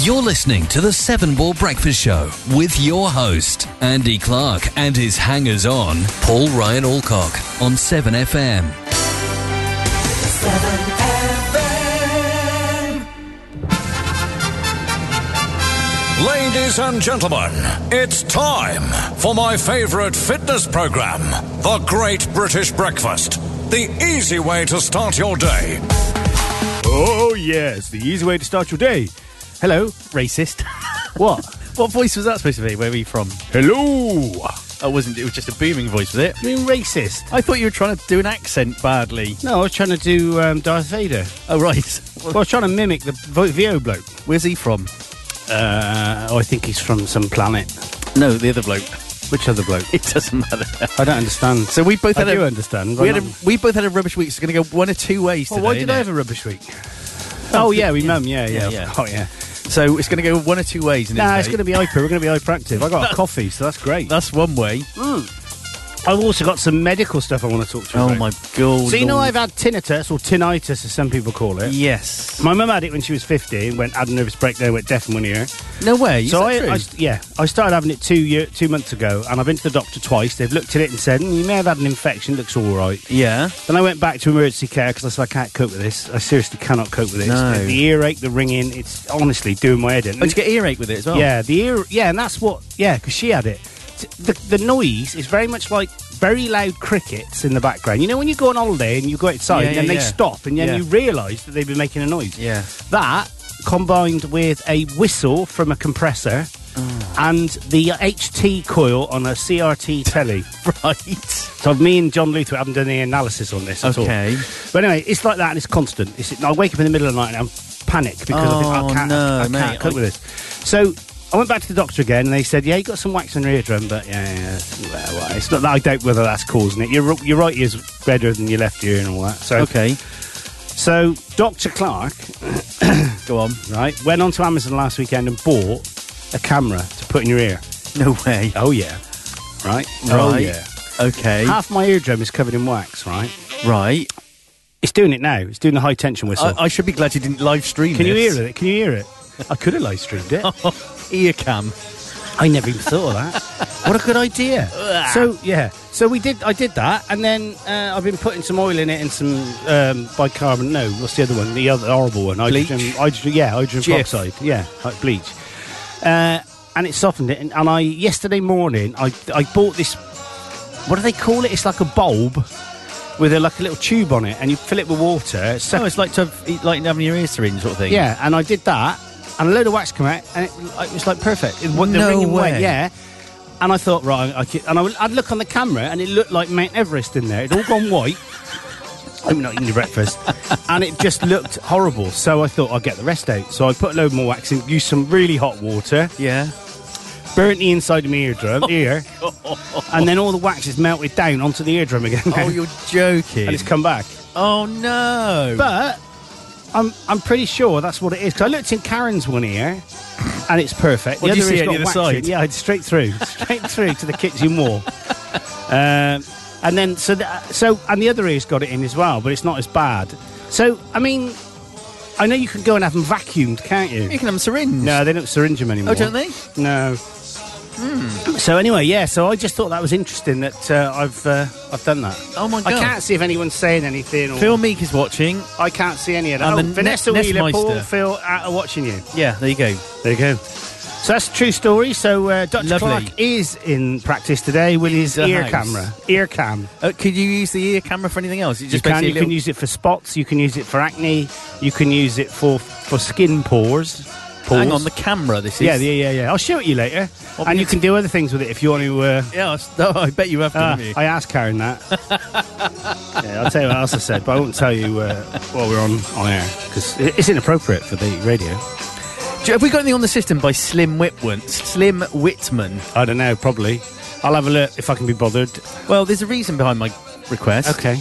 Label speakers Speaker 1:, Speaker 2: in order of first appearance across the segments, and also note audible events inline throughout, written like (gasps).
Speaker 1: You're listening to the Seven Ball Breakfast Show with your host, Andy Clark, and his hangers on, Paul Ryan Alcock, on 7FM.
Speaker 2: Ladies and gentlemen, it's time for my favorite fitness program, The Great British Breakfast. The easy way to start your day.
Speaker 3: Oh, yes, the easy way to start your day. Hello.
Speaker 4: Racist.
Speaker 3: (laughs) What?
Speaker 4: what voice was that supposed to be? Where are you from?
Speaker 3: Hello.
Speaker 4: I wasn't. It was just a booming voice, was it?
Speaker 3: You mean racist?
Speaker 4: I thought you were trying to do an accent badly.
Speaker 3: No, I was trying to do um, Darth Vader.
Speaker 4: Oh right.
Speaker 3: Well, I was trying to mimic the vo- VO bloke.
Speaker 4: Where's he from?
Speaker 3: Uh, oh, I think he's from some planet.
Speaker 4: No, the other bloke.
Speaker 3: Which other bloke?
Speaker 4: (laughs) It doesn't matter.
Speaker 3: I don't understand.
Speaker 4: So we both
Speaker 3: I
Speaker 4: had.
Speaker 3: do
Speaker 4: a,
Speaker 3: understand.
Speaker 4: We
Speaker 3: I'm
Speaker 4: had a,
Speaker 3: not-
Speaker 4: we both had a rubbish week. It's going to go one or two ways
Speaker 3: Well,
Speaker 4: today.
Speaker 3: why did I
Speaker 4: innit?
Speaker 3: have a rubbish week? Oh, yeah, we mum. Yeah, yeah.
Speaker 4: Yeah, yeah.
Speaker 3: Oh, yeah.
Speaker 4: So it's going to go one or two ways. isn't it,
Speaker 3: Nah, it's
Speaker 4: mate?
Speaker 3: going to be hyper. We're going to be hyperactive. I got a coffee, so that's great.
Speaker 4: That's one way.
Speaker 3: I've also got some medical stuff I want to talk to you
Speaker 4: Oh
Speaker 3: about.
Speaker 4: my god.
Speaker 3: So you know
Speaker 4: Lord.
Speaker 3: I've had tinnitus, or tinnitus as some people call it.
Speaker 4: Yes.
Speaker 3: My mum had it when she was 50 and went, had a nervous breakdown, went deaf in one ear.
Speaker 4: No way. Is
Speaker 3: so
Speaker 4: that
Speaker 3: I,
Speaker 4: true?
Speaker 3: I, yeah, I started having it two year, two months ago, and I've been to the doctor twice. They've looked at it and said, mm, you may have had an infection, looks all right.
Speaker 4: yeah.
Speaker 3: Then I went back to emergency care because I said, I can't cope with this. I seriously cannot cope with this.
Speaker 4: No.
Speaker 3: The, the earache, the ringing, it's honestly doing my head in.
Speaker 4: Oh, did you get earache with it as well?
Speaker 3: Yeah, the ear. Yeah, and that's what. Yeah, because she had it. T- The, the noise is very much like very loud crickets in the background. You know when you go on holiday and you go outside
Speaker 4: Yeah,
Speaker 3: and
Speaker 4: yeah,
Speaker 3: then they
Speaker 4: yeah.
Speaker 3: stop and then
Speaker 4: Yeah.
Speaker 3: you realise that they've been making a noise.
Speaker 4: Yeah.
Speaker 3: That combined with a whistle from a compressor
Speaker 4: Mm.
Speaker 3: and the HT coil on a CRT telly.
Speaker 4: (laughs) Right.
Speaker 3: So me and John Luther haven't done any analysis on this at all.
Speaker 4: Okay.
Speaker 3: But anyway, it's like that and it's constant. It's, I wake up in the middle of the night and I'm panicked because I think
Speaker 4: Oh,
Speaker 3: I can't,
Speaker 4: no,
Speaker 3: I can't
Speaker 4: mate.
Speaker 3: cope with this. So I went back to the doctor again and they said, yeah, you got some wax on your eardrum, but yeah, yeah, yeah, well, well, it's not that I doubt whether that's causing it. Your, your right ear's redder than your left ear and all that. So,
Speaker 4: Okay.
Speaker 3: so Dr. Clark, (coughs)
Speaker 4: Go on.
Speaker 3: right, went onto Amazon last weekend and bought a camera to put in your ear.
Speaker 4: No way.
Speaker 3: Oh, yeah. Right? Oh,
Speaker 4: Right.
Speaker 3: yeah.
Speaker 4: Okay.
Speaker 3: Half my eardrum is covered in wax, right?
Speaker 4: right.
Speaker 3: It's doing it now. It's doing the high tension whistle.
Speaker 4: I, I should be glad you didn't live stream.
Speaker 3: Can you
Speaker 4: this.
Speaker 3: hear it? Can you hear it? Oh, I could have live streamed it.
Speaker 4: (laughs) Ear cam.
Speaker 3: I never even thought of that. What a good idea. so yeah, so we did. I did that, and then uh, I've been putting some oil in it and some um, bicarbonate. No, what's the other one? The other horrible one. Hydrogen,
Speaker 4: Bleach?
Speaker 3: hydrogen yeah, hydrogen
Speaker 4: Jif.
Speaker 3: peroxide. Yeah, like bleach. Uh, and it softened it. And, and I yesterday morning, I I bought this. What do they call it? It's like a bulb with a, like a little tube on it, and you fill it with water. suck
Speaker 4: No, Oh, it's like to have, like having your ear syringe sort of thing.
Speaker 3: yeah, and I did that, and a load of wax came out, and it, it was like perfect. It, wa- the
Speaker 4: No
Speaker 3: ringing went,
Speaker 4: way.
Speaker 3: yeah. And I thought, right, I could, and I would, I'd look on the camera, and it looked like Mount Everest in there. It'd all gone white. I'm not eating your
Speaker 4: (laughs)
Speaker 3: breakfast, and it just looked horrible. So I thought I'd get the rest out. So I put a load more wax in, used some really hot water,
Speaker 4: Yeah.
Speaker 3: burnt the inside of my
Speaker 4: Oh,
Speaker 3: eardrum ear, and then all the wax is melted down onto the eardrum again,
Speaker 4: (laughs) Oh, you're
Speaker 3: (laughs)
Speaker 4: joking.
Speaker 3: and it's come back.
Speaker 4: oh no.
Speaker 3: But I'm I'm pretty sure that's what it is. 'Cause I looked in Karen's one ear, and it's perfect.
Speaker 4: What,
Speaker 3: the
Speaker 4: do you
Speaker 3: other
Speaker 4: see
Speaker 3: ear's
Speaker 4: it on
Speaker 3: got
Speaker 4: the other
Speaker 3: wax in.
Speaker 4: side?
Speaker 3: Yeah, it's straight through, (laughs) straight through to the kitchen
Speaker 4: (laughs)
Speaker 3: wall. Um, and then so the, so and the other ear's got it in as well, but it's not as bad. So I mean, I know you can go and have them vacuumed, can't
Speaker 4: you
Speaker 3: you?
Speaker 4: can have a syringe.
Speaker 3: No, they don't syringe them anymore.
Speaker 4: Oh, don't they? Hmm.
Speaker 3: No. So anyway, yeah. So I just thought that was interesting that uh, I've uh, I've done that.
Speaker 4: Oh my
Speaker 3: I
Speaker 4: God.
Speaker 3: can't see if anyone's saying anything. Or
Speaker 4: Phil Meek is watching.
Speaker 3: I can't see any of that.
Speaker 4: And
Speaker 3: Oh,
Speaker 4: the
Speaker 3: Vanessa
Speaker 4: Ne-
Speaker 3: Wheeler, Paul,
Speaker 4: Nestmeister.
Speaker 3: Phil uh, are watching you.
Speaker 4: Yeah, there you go.
Speaker 3: There you go. So that's a true story. So uh, Dr.
Speaker 4: Lovely.
Speaker 3: Clark is in practice today with his
Speaker 4: the
Speaker 3: ear
Speaker 4: house.
Speaker 3: camera. Ear cam.
Speaker 4: Uh, could you use the ear camera for anything else? It
Speaker 3: You,
Speaker 4: just
Speaker 3: can,
Speaker 4: makes it a
Speaker 3: you
Speaker 4: little...
Speaker 3: can use it for spots. You can use it for acne. You can use it for for skin pores. pores.
Speaker 4: Hang on, the camera. This is.
Speaker 3: yeah, yeah, yeah, yeah. I'll show it you later.
Speaker 4: What
Speaker 3: and
Speaker 4: we
Speaker 3: you
Speaker 4: need
Speaker 3: can do other things with it if you want to. Uh,
Speaker 4: Yeah, I s- (laughs) no, I bet you have to.
Speaker 3: Ah,
Speaker 4: haven't you?
Speaker 3: I asked Karen
Speaker 4: (laughs)
Speaker 3: that. yeah, I'll tell you what else I said, but I won't tell you uh, while we're on, on air because it's inappropriate for the radio.
Speaker 4: Do you- have we got anything on the system by Slim Whitman? Slim Whitman.
Speaker 3: I don't know, probably. I'll have a look if I can be bothered.
Speaker 4: Well, there's a reason behind my request.
Speaker 3: Okay.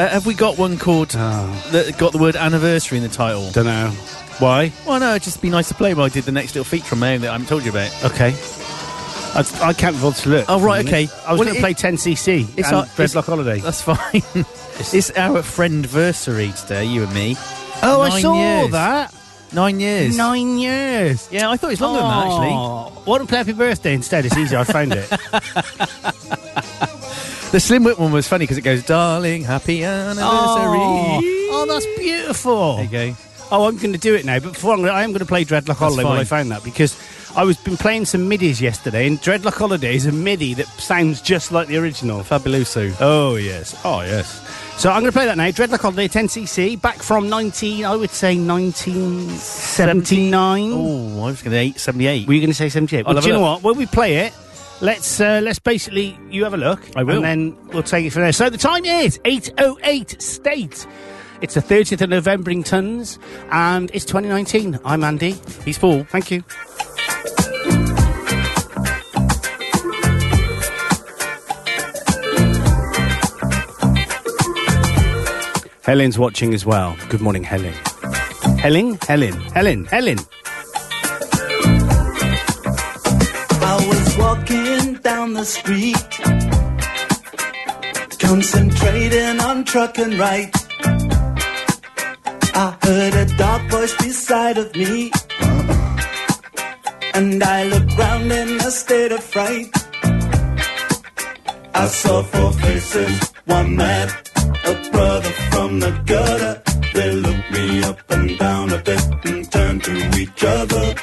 Speaker 4: Uh, have we got one called that got the word anniversary in the title?
Speaker 3: Don't know. Why?
Speaker 4: Well, no, it'd just be nice to play while I did the next little feature on my own that I haven't told you about. (laughs)
Speaker 3: Okay. I, I can't be bothered to look.
Speaker 4: Oh, right,
Speaker 3: for a minute.
Speaker 4: okay.
Speaker 3: I was
Speaker 4: Well,
Speaker 3: going
Speaker 4: it-
Speaker 3: to play 10cc
Speaker 4: it's
Speaker 3: and
Speaker 4: our- it's-
Speaker 3: Dreadlock Holiday.
Speaker 4: That's fine. it's our friendversary today, you and me.
Speaker 3: Oh,
Speaker 4: Nine years. Nine years.
Speaker 3: Nine years.
Speaker 4: Yeah, I thought it was longer than that, actually.
Speaker 3: actually. Why don't play Happy Birthday instead? It's easier. I found
Speaker 4: (laughs)
Speaker 3: it.
Speaker 4: The Slim Whip one was funny because it goes, "Darling, happy anniversary."
Speaker 3: oh, oh, that's beautiful.
Speaker 4: There you go.
Speaker 3: Oh, I'm going to do it now. But before I'm gonna, I am going to play Dreadlock Holiday while
Speaker 4: fine.
Speaker 3: I found that because I was been playing some midis yesterday, and Dreadlock Holiday is a midi that sounds just like the original.
Speaker 4: Fabuloso.
Speaker 3: Oh yes, oh yes. So I'm going to play that now. Dreadlock Holiday, 10cc, back from 19. I would say 1979.
Speaker 4: Oh, I was going to eight seventy-eight.
Speaker 3: Were you going to say 78?
Speaker 4: I'll
Speaker 3: Well,
Speaker 4: have
Speaker 3: Oh, do you
Speaker 4: a
Speaker 3: know
Speaker 4: look.
Speaker 3: what? When we play it, let's uh, let's basically you have a look.
Speaker 4: I will.
Speaker 3: and then we'll take it from there. So the time is 8:08 state. It's the 30th of Novemberingtons, and it's 2019. I'm Andy.
Speaker 4: He's Paul.
Speaker 3: Thank you. Helen's watching as well. Good morning, Helen. Helen, Helen, Helen, Helen.
Speaker 5: I was walking down the street, concentrating on truck and right. I heard a dark voice beside of me, and I looked round in a state of fright. I saw four faces, one mad, a brother from the gutter. They looked me up and down a bit and turned to each other.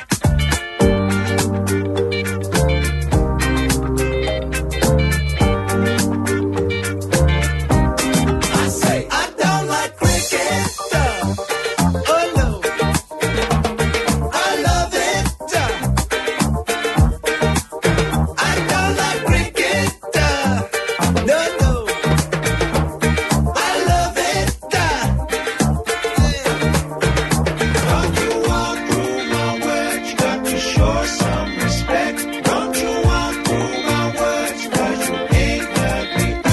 Speaker 5: I say I don't like cricket. Oh no, I love it. I don't like cricket. No no, I love it. Don't you walk through my words? Got to show some respect. Don't you walk through my words? 'Cause you ain't heard me out.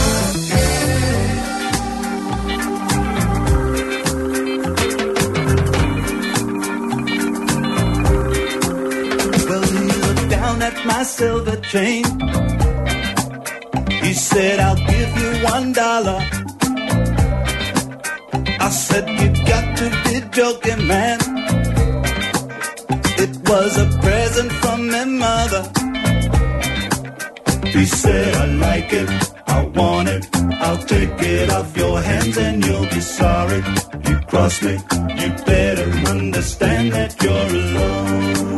Speaker 5: Well, he looked down at my silver chain. He said, I'll give you one dollar. I said, You got to be joking, man. It was a present from my mother. He said, I like it, I want it. I'll take it off your hands and you'll be sorry. You crossed me, you better understand that you're alone.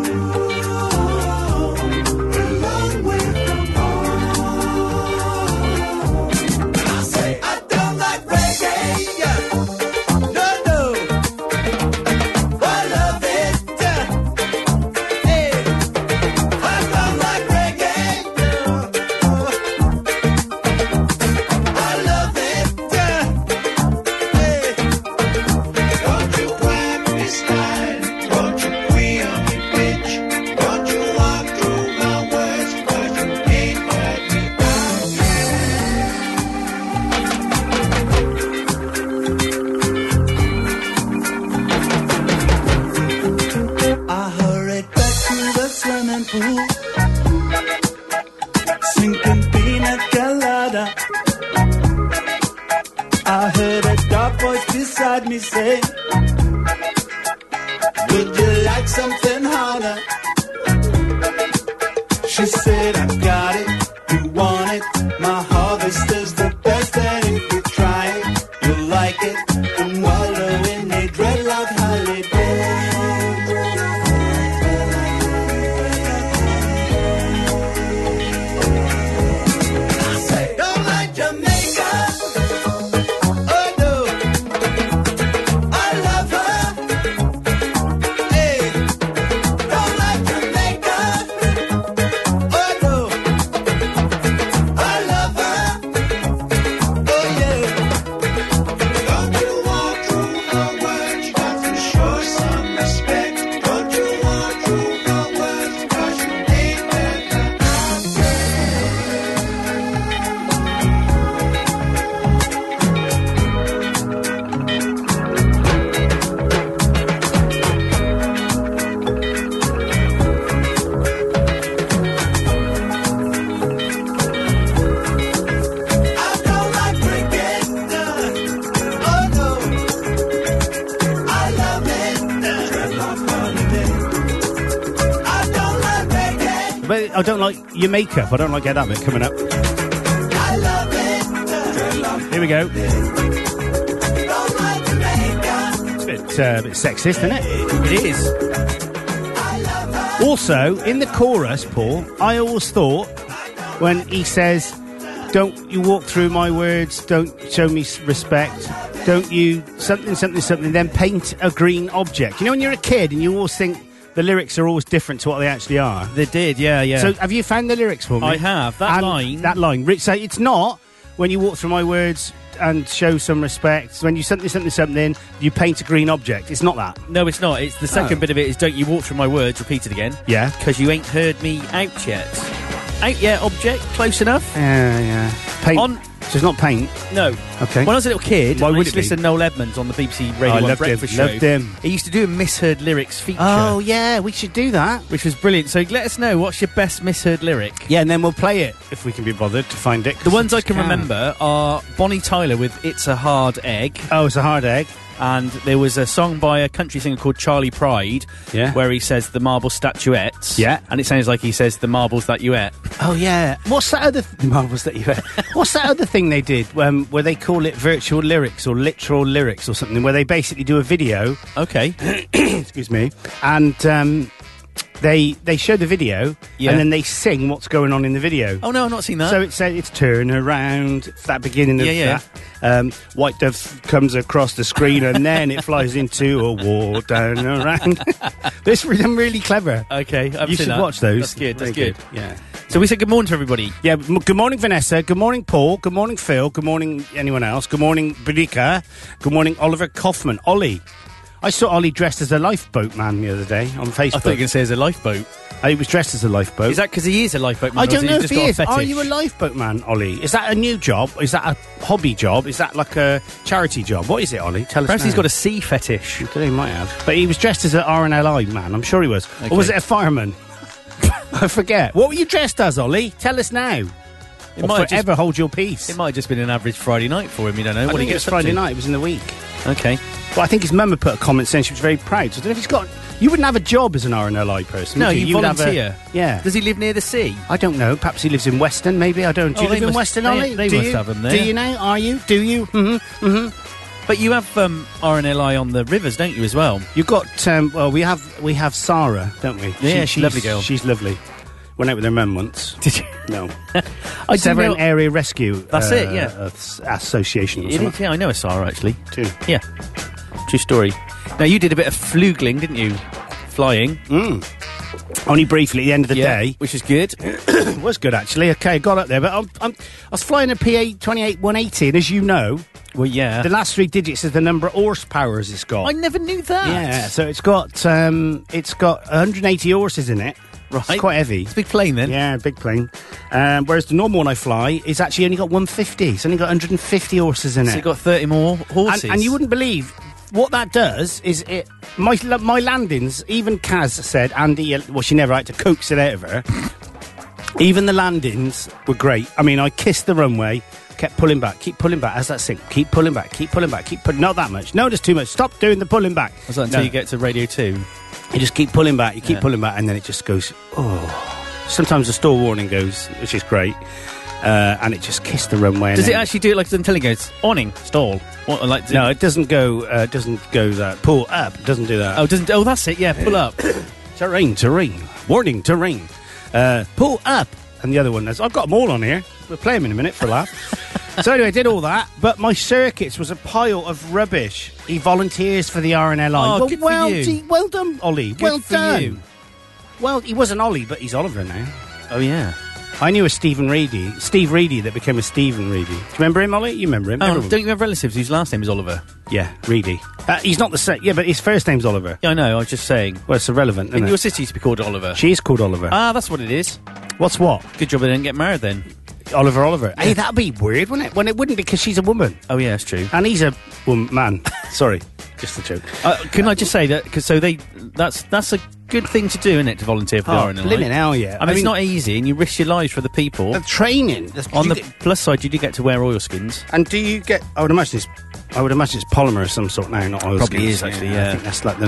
Speaker 5: Don't you whack me style, don't you queer me bitch, don't you walk through my words, cause you ain't heard me out. I hurried back to the swimming pool, sinking pina colada. I heard a dark voice beside me say, Would you like something harder? She said, I got it, you want it. My harvest is the best, and if you try it, you'll like it. And wallow in a dreadlock holiday. I say, Don't like Jamaica. Oh no, I love her. Hey, don't like Jamaica. Oh no, Oh, Oh,
Speaker 3: but I don't like your makeup. I don't like Get Up It coming up.
Speaker 5: I love it. Dreadlock
Speaker 3: Here we go.
Speaker 5: don't like the makeup.
Speaker 3: It's a bit, uh, bit sexist, isn't it?
Speaker 4: It is.
Speaker 5: I love her.
Speaker 3: Also, in the chorus, Paul, I always thought when he says, "Don't you walk through my words? Don't show me s- respect? Don't you something something something?" Then paint a green object. You know, when you're a kid and you always think the lyrics are always different to what they actually are.
Speaker 4: They did, yeah, yeah.
Speaker 3: So, have you found the lyrics for me?
Speaker 4: I have. That
Speaker 3: And
Speaker 4: line-
Speaker 3: That line. Rich, so it's not when you walk through my words and show some respect. When you something, something, something, you paint a green object. It's not that.
Speaker 4: no, it's not. It's the second bit of it is don't you walk through my words, repeat it again.
Speaker 3: Yeah.
Speaker 4: Because you ain't heard me out yet. Out yet, object, close enough?
Speaker 3: Yeah, yeah. Paint.
Speaker 4: On-
Speaker 3: so it's not paint.
Speaker 4: No.
Speaker 3: Okay.
Speaker 4: When I was a little kid,
Speaker 3: Why
Speaker 4: I
Speaker 3: would
Speaker 4: used
Speaker 3: it
Speaker 4: to
Speaker 3: be? Oh,
Speaker 4: listen to Noel Edmonds on the BBC Radio
Speaker 3: I
Speaker 4: 1
Speaker 3: loved
Speaker 4: Breakfast
Speaker 3: him,
Speaker 4: Show.
Speaker 3: loved him.
Speaker 4: He used to do a misheard lyrics feature.
Speaker 3: Oh, yeah, we should do that.
Speaker 4: Which was brilliant. So let us know what's your best misheard lyric.
Speaker 3: Yeah, and then we'll play it if we can be bothered to find it.
Speaker 4: The ones I can remember are Bonnie Tyler with It's a Hard Egg,
Speaker 3: Oh, it's a hard egg.
Speaker 4: and there was a song by a country singer called Charlie Pride
Speaker 3: Yeah.
Speaker 4: where he says the marble statuettes.
Speaker 3: Yeah.
Speaker 4: And it sounds like he says the marbles that you ate.
Speaker 3: Oh yeah. What's that other th- marvels that you (laughs) had? What's that other thing they did um, where they call it virtual lyrics or literal lyrics or something? Where they basically do a video
Speaker 4: Okay.
Speaker 3: excuse me, and um, they they show the video
Speaker 4: Yeah.
Speaker 3: and then they sing what's going on in the video.
Speaker 4: Oh, no, I've not seen that.
Speaker 3: So it says it's turn around. It's that beginning of
Speaker 4: Yeah, yeah.
Speaker 3: that. Um, White dove comes across the screen and then it flies into a wall down and around. (laughs) this I'm really clever.
Speaker 4: okay. I haven't
Speaker 3: you
Speaker 4: seen
Speaker 3: should
Speaker 4: that.
Speaker 3: watch those.
Speaker 4: That's good. That's
Speaker 3: Very
Speaker 4: good.
Speaker 3: Yeah.
Speaker 4: So we said good morning to everybody.
Speaker 3: Yeah. m- Good morning, Vanessa. Good morning, Paul. Good morning, Phil. Good morning, anyone else. Good morning, Budika. Good morning, Oliver Kaufman. Ollie. I saw Ollie dressed as a lifeboat man the other day on Facebook.
Speaker 4: I thought you were going to say as a lifeboat.
Speaker 3: Uh, he was dressed as a lifeboat.
Speaker 4: Is that because he is a lifeboat man?
Speaker 3: I
Speaker 4: or
Speaker 3: don't know
Speaker 4: has he
Speaker 3: if
Speaker 4: just
Speaker 3: he
Speaker 4: got
Speaker 3: is.
Speaker 4: A
Speaker 3: Are
Speaker 4: fetish?
Speaker 3: you a lifeboat man, Ollie? Is that a new job? Is that a hobby job? Is that like a charity job? What is it, Ollie? Tell us.
Speaker 4: Perhaps he's
Speaker 3: now.
Speaker 4: got a sea fetish.
Speaker 3: I don't know, he might have. But he was dressed as an RNLI man. I'm sure he was. Or was
Speaker 4: Okay.
Speaker 3: it a fireman? (laughs) I forget. What were you dressed as, Ollie? Tell us now. It
Speaker 4: might have just-
Speaker 3: forever hold your peace.
Speaker 4: It might have just been an average Friday night for him. You don't know
Speaker 3: I
Speaker 4: what
Speaker 3: think
Speaker 4: he
Speaker 3: it
Speaker 4: gets
Speaker 3: was
Speaker 4: up
Speaker 3: Friday
Speaker 4: to.
Speaker 3: night. It was in the week.
Speaker 4: Okay.
Speaker 3: But I think his mum had put a comment saying she was very proud. So I don't know if he's got. You wouldn't have a job as an RNLI person.
Speaker 4: No,
Speaker 3: would you,
Speaker 4: you,
Speaker 3: would have a-
Speaker 4: volunteer.
Speaker 3: yeah.
Speaker 4: Does he live near the sea?
Speaker 3: I don't know. Perhaps he lives in Weston, maybe. I don't. Do
Speaker 4: Oh,
Speaker 3: you
Speaker 4: they
Speaker 3: live in
Speaker 4: must-
Speaker 3: Weston,
Speaker 4: they-
Speaker 3: Ollie?
Speaker 4: they
Speaker 3: Do
Speaker 4: must
Speaker 3: you?
Speaker 4: have 'em
Speaker 3: Do
Speaker 4: there.
Speaker 3: you know? Are you? Do you? (laughs) hmm
Speaker 4: But you have um, RNLI on the rivers, don't you, as well?
Speaker 3: You've got, um, well, we have we have Sarah, don't we?
Speaker 4: Yeah, she's
Speaker 3: she's
Speaker 4: lovely girl.
Speaker 3: She's lovely. Went out with her mum once.
Speaker 4: (laughs) Did you?
Speaker 3: No.
Speaker 4: I didn't
Speaker 3: Severn
Speaker 4: know-
Speaker 3: Area Rescue
Speaker 4: That's it, yeah.
Speaker 3: uh, s- Association or
Speaker 4: It is,
Speaker 3: something.
Speaker 4: yeah, I know a Sarah, actually.
Speaker 3: Too.
Speaker 4: Yeah. True story. Now, you did a bit of flugling, didn't you? Flying.
Speaker 3: Only briefly at the end of the
Speaker 4: yeah.
Speaker 3: day.
Speaker 4: Which is good.
Speaker 3: It (coughs) was good, actually. Okay, got up there. But I'm, I'm, I was flying a PA 28180, and as you know,
Speaker 4: well, yeah.
Speaker 3: the last three digits is the number of horsepowers it's got.
Speaker 4: I never knew that.
Speaker 3: Yeah, so it's got um, it's got 180 horses in it.
Speaker 4: Right.
Speaker 3: it's quite heavy.
Speaker 4: It's a big plane, then.
Speaker 3: Yeah, big plane. Um, whereas the normal one I fly is actually only got 150. It's only got 150 horses in
Speaker 4: So
Speaker 3: it.
Speaker 4: you got 30 more horses.
Speaker 3: and, and you wouldn't believe what that does is it my my landings. Even Kaz said Andy. you- Well, she never had to coax it out of her. even the landings were great. I mean, I kissed the runway. Kept pulling back, keep pulling back. As that sink, keep pulling back, keep pulling back, keep pulling. Not that much. No, there's too much. Stop doing the pulling back.
Speaker 4: Was that until
Speaker 3: No.
Speaker 4: you get to Radio 2?
Speaker 3: You just keep pulling back, you keep
Speaker 4: Yeah.
Speaker 3: pulling back, and then it just goes, oh. Sometimes the stall warning goes, which is great. Uh, and it just kissed the runway. and
Speaker 4: Does it
Speaker 3: then-
Speaker 4: actually do it like until it goes awning, stall? Or, like,
Speaker 3: No, it doesn't go. Uh, it doesn't go that. Pull up. it Doesn't do that.
Speaker 4: Oh, doesn't. Oh, that's it. Yeah,
Speaker 3: (coughs)
Speaker 4: pull up.
Speaker 3: terrain, terrain. Warning, terrain. Uh, pull up. And the other one is, I've got them all on here. We'll play them in a minute for a
Speaker 4: (laughs)
Speaker 3: laugh. so anyway, I did all that, but my circuits was a pile of rubbish. He volunteers for the RNLI.
Speaker 4: Oh,
Speaker 3: well,
Speaker 4: good for
Speaker 3: well,
Speaker 4: you.
Speaker 3: gee, well done, Ollie. well
Speaker 4: for
Speaker 3: done.
Speaker 4: you.
Speaker 3: Well, he wasn't Ollie, but he's Oliver now.
Speaker 4: oh, yeah.
Speaker 3: I knew a Stephen Reedy, Steve Reedy, that became a Stephen Reedy. Do you remember him, Ollie? You remember him?
Speaker 4: Oh,
Speaker 3: Everyone-
Speaker 4: don't you have relatives whose last name is Oliver?
Speaker 3: yeah, Reedy. Uh, he's not the same. Yeah, but his first name's Oliver.
Speaker 4: Yeah, I know. I was just saying.
Speaker 3: Well, it's irrelevant.
Speaker 4: And
Speaker 3: Isn't
Speaker 4: your
Speaker 3: it?
Speaker 4: sister used to be called Oliver.
Speaker 3: She is called Oliver.
Speaker 4: Ah, that's what it is.
Speaker 3: What's what?
Speaker 4: Good job they didn't get married then.
Speaker 3: Oliver Oliver. Hey, that'd be weird, wouldn't it? When it wouldn't because she's a woman
Speaker 4: Oh yeah, that's true.
Speaker 3: and he's a woman. Man, (laughs) sorry, just a joke.
Speaker 4: Uh, can I just say that? Because so they, that's that's a good thing to do, isn't it? To volunteer for
Speaker 3: Oh,
Speaker 4: the RNLI.
Speaker 3: blimmin' hell, yeah.
Speaker 4: I mean,
Speaker 3: I
Speaker 4: it's
Speaker 3: mean-
Speaker 4: not easy, and you risk your lives for the people.
Speaker 3: The training that's-
Speaker 4: On
Speaker 3: you
Speaker 4: the
Speaker 3: get-
Speaker 4: plus side, you do get to wear oilskins.
Speaker 3: and do you get? I would imagine it's I would imagine it's polymer of some sort now, not oil.
Speaker 4: Probably
Speaker 3: skins.
Speaker 4: is, actually,
Speaker 3: I
Speaker 4: yeah.
Speaker 3: think that's like the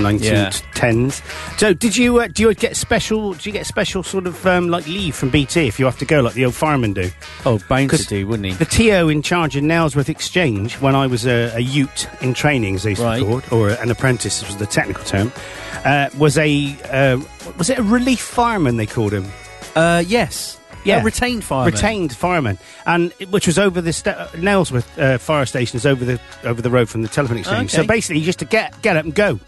Speaker 3: 1910s. So, did you uh, do you get special? Do you get special sort of um, like leave from BT if you have to go, like the old firemen do?
Speaker 4: Oh, Bain to
Speaker 3: 'Cause
Speaker 4: do, wouldn't he?
Speaker 3: The TO in charge in Nailsworth Exchange, when I was a, a ute in training, as they used
Speaker 4: Right.
Speaker 3: to call it, or an apprentice was the technical term, uh, was a uh, was it a relief fireman they called him?
Speaker 4: Uh, yes.
Speaker 3: Yeah.
Speaker 4: A retained fireman.
Speaker 3: Retained fireman, and it- which was over the sta- uh, Nailsworth uh, fire station is over the over the road from the telephone exchange. So
Speaker 4: Okay.
Speaker 3: basically, just to get get up and go.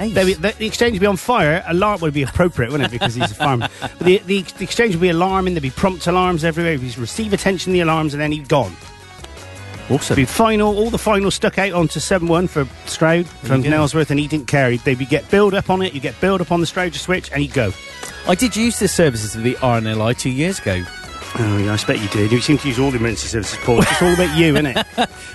Speaker 4: Ace.
Speaker 3: They, the, the exchange would be on fire. Alarm would be appropriate, wouldn't it? Because he's a (laughs) fireman. But the, the, the exchange would be alarming. There'd be prompt alarms everywhere. He'd receive attention the alarms, and then he'd gone.
Speaker 4: Awesome.
Speaker 3: Be final, all the final stuck out onto seven one for Stroud from
Speaker 4: go.
Speaker 3: Nailsworth, and he didn't care. He'd- They'd be get build up on it. You get build up on the Stroud to switch, and he'd go.
Speaker 4: I did use the services of the RNLI two years ago.
Speaker 3: Oh, yeah, I expect you did. You seem to use all the emergency services, Paul. It's all about you, isn't it?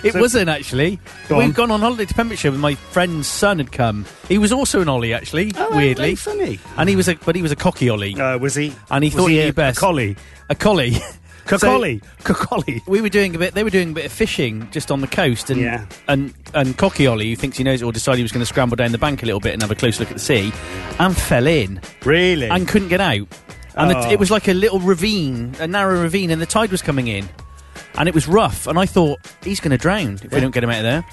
Speaker 4: It
Speaker 3: So-
Speaker 4: wasn't actually.
Speaker 3: Go
Speaker 4: We'd
Speaker 3: on.
Speaker 4: gone on holiday to Pembrokeshire with my friend's son had come. He was also an ollie actually,
Speaker 3: Oh,
Speaker 4: weirdly.
Speaker 3: that's funny.
Speaker 4: And he was a but he was a cocky ollie.
Speaker 3: (laughs) Uh, was he?
Speaker 4: And he
Speaker 3: was
Speaker 4: thought he
Speaker 3: a-
Speaker 4: knew best.
Speaker 3: A collie. (laughs)
Speaker 4: A collie. So-
Speaker 3: Cocoli. Cocoli.
Speaker 4: we were doing a bit. They were doing a bit of fishing just on the coast, and
Speaker 3: Yeah.
Speaker 4: and and Cocky Ollie, who thinks he knows it all, decided he was going to scramble down the bank a little bit and have a close look at the sea, and fell in
Speaker 3: Really?
Speaker 4: and couldn't get out. And the,
Speaker 3: Oh.
Speaker 4: it was like a little ravine, a narrow ravine, and the tide was coming in, and it was rough. And I thought he's going to drown if we don't get him out of there.